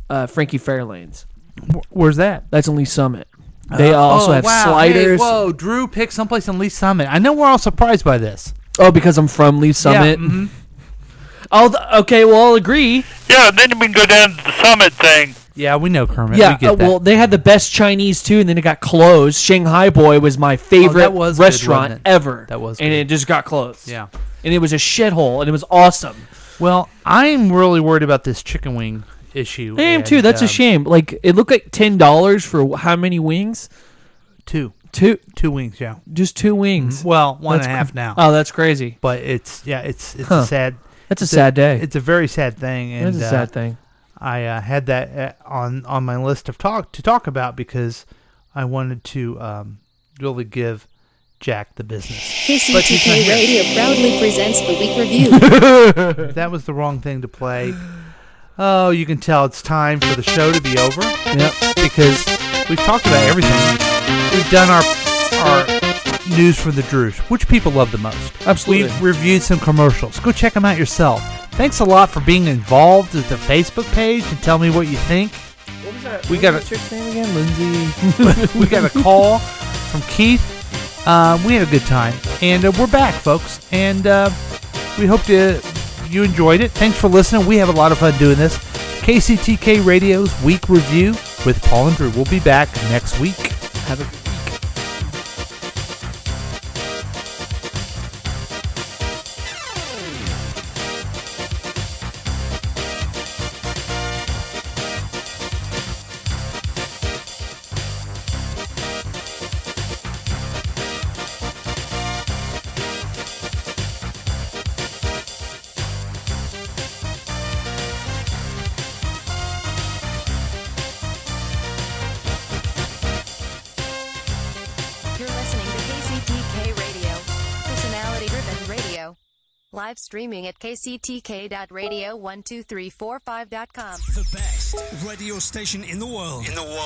Speaker 6: uh, Frankie Fairlane's.
Speaker 7: Where's that?
Speaker 6: That's in Lee Summit. They
Speaker 7: Uh,
Speaker 6: also
Speaker 7: oh,
Speaker 6: have
Speaker 7: wow. Hey,
Speaker 6: sliders.
Speaker 7: whoa, Drew picked someplace in Lee Summit. I know we're all surprised by this.
Speaker 6: oh, because I'm from Lee Summit.
Speaker 7: mhm.
Speaker 6: I'll, okay, well, I'll agree.
Speaker 9: Yeah, then we can go down to the summit thing.
Speaker 7: Yeah, we know Kermit.
Speaker 6: yeah,
Speaker 7: we get
Speaker 6: uh,
Speaker 7: that.
Speaker 6: well, they had the best Chinese too, and then it got closed. Shanghai Boy was my favorite
Speaker 7: Oh, that was good,
Speaker 6: restaurant
Speaker 7: wasn't it?
Speaker 6: ever.
Speaker 7: That was
Speaker 6: and
Speaker 7: good.
Speaker 6: it just got closed.
Speaker 7: Yeah.
Speaker 6: and it was a shithole, and it was awesome.
Speaker 7: Well, I'm really worried about this chicken wing issue.
Speaker 6: I am
Speaker 7: and,
Speaker 6: too. That's
Speaker 7: um,
Speaker 6: a shame. Like it looked like ten dollars for how many wings?
Speaker 7: Two.
Speaker 6: Two.
Speaker 7: Two wings. Yeah. Mm-hmm.
Speaker 6: Just two wings.
Speaker 7: Well, one and
Speaker 6: That's
Speaker 7: a half
Speaker 6: cr-
Speaker 7: now.
Speaker 6: Oh, that's crazy.
Speaker 7: But it's yeah, it's it's
Speaker 6: Huh.
Speaker 7: a sad.
Speaker 6: That's a
Speaker 7: it's
Speaker 6: sad day.
Speaker 7: It's a very sad thing. And,
Speaker 6: That is a
Speaker 7: uh,
Speaker 6: sad thing.
Speaker 7: I uh, had that uh, on on my list of talk to talk about because I wanted to um, really give Jack the business. But he's not
Speaker 26: KCTK
Speaker 7: here.
Speaker 26: Radio proudly presents the week
Speaker 6: <laughs>
Speaker 26: review.
Speaker 7: <laughs> that was the wrong thing to play. Oh, you can tell it's time for the show to be over.
Speaker 6: Yep.
Speaker 7: Because we've talked about everything. We've done our our news from the Druze, which people love the most.
Speaker 6: Absolutely.
Speaker 7: We've reviewed some commercials. Go check them out yourself. Thanks a lot for being involved with the Facebook page and tell me what you think.
Speaker 6: What was that?
Speaker 7: We got a
Speaker 6: chick's name again,
Speaker 7: <laughs>
Speaker 6: Lindsay.
Speaker 7: we got a call from Keith. Uh, we had a good time, and uh, we're back, folks. And uh, we hope to you enjoyed it. Thanks for listening. We have a lot of fun doing this. KCTK Radio's week review with Paul and Drew. We'll be back next week.
Speaker 6: Have a
Speaker 26: You're listening to KCTK Radio, personality driven radio. Live streaming at kctk.radio12345.com.
Speaker 27: Radio station in the world. In the world.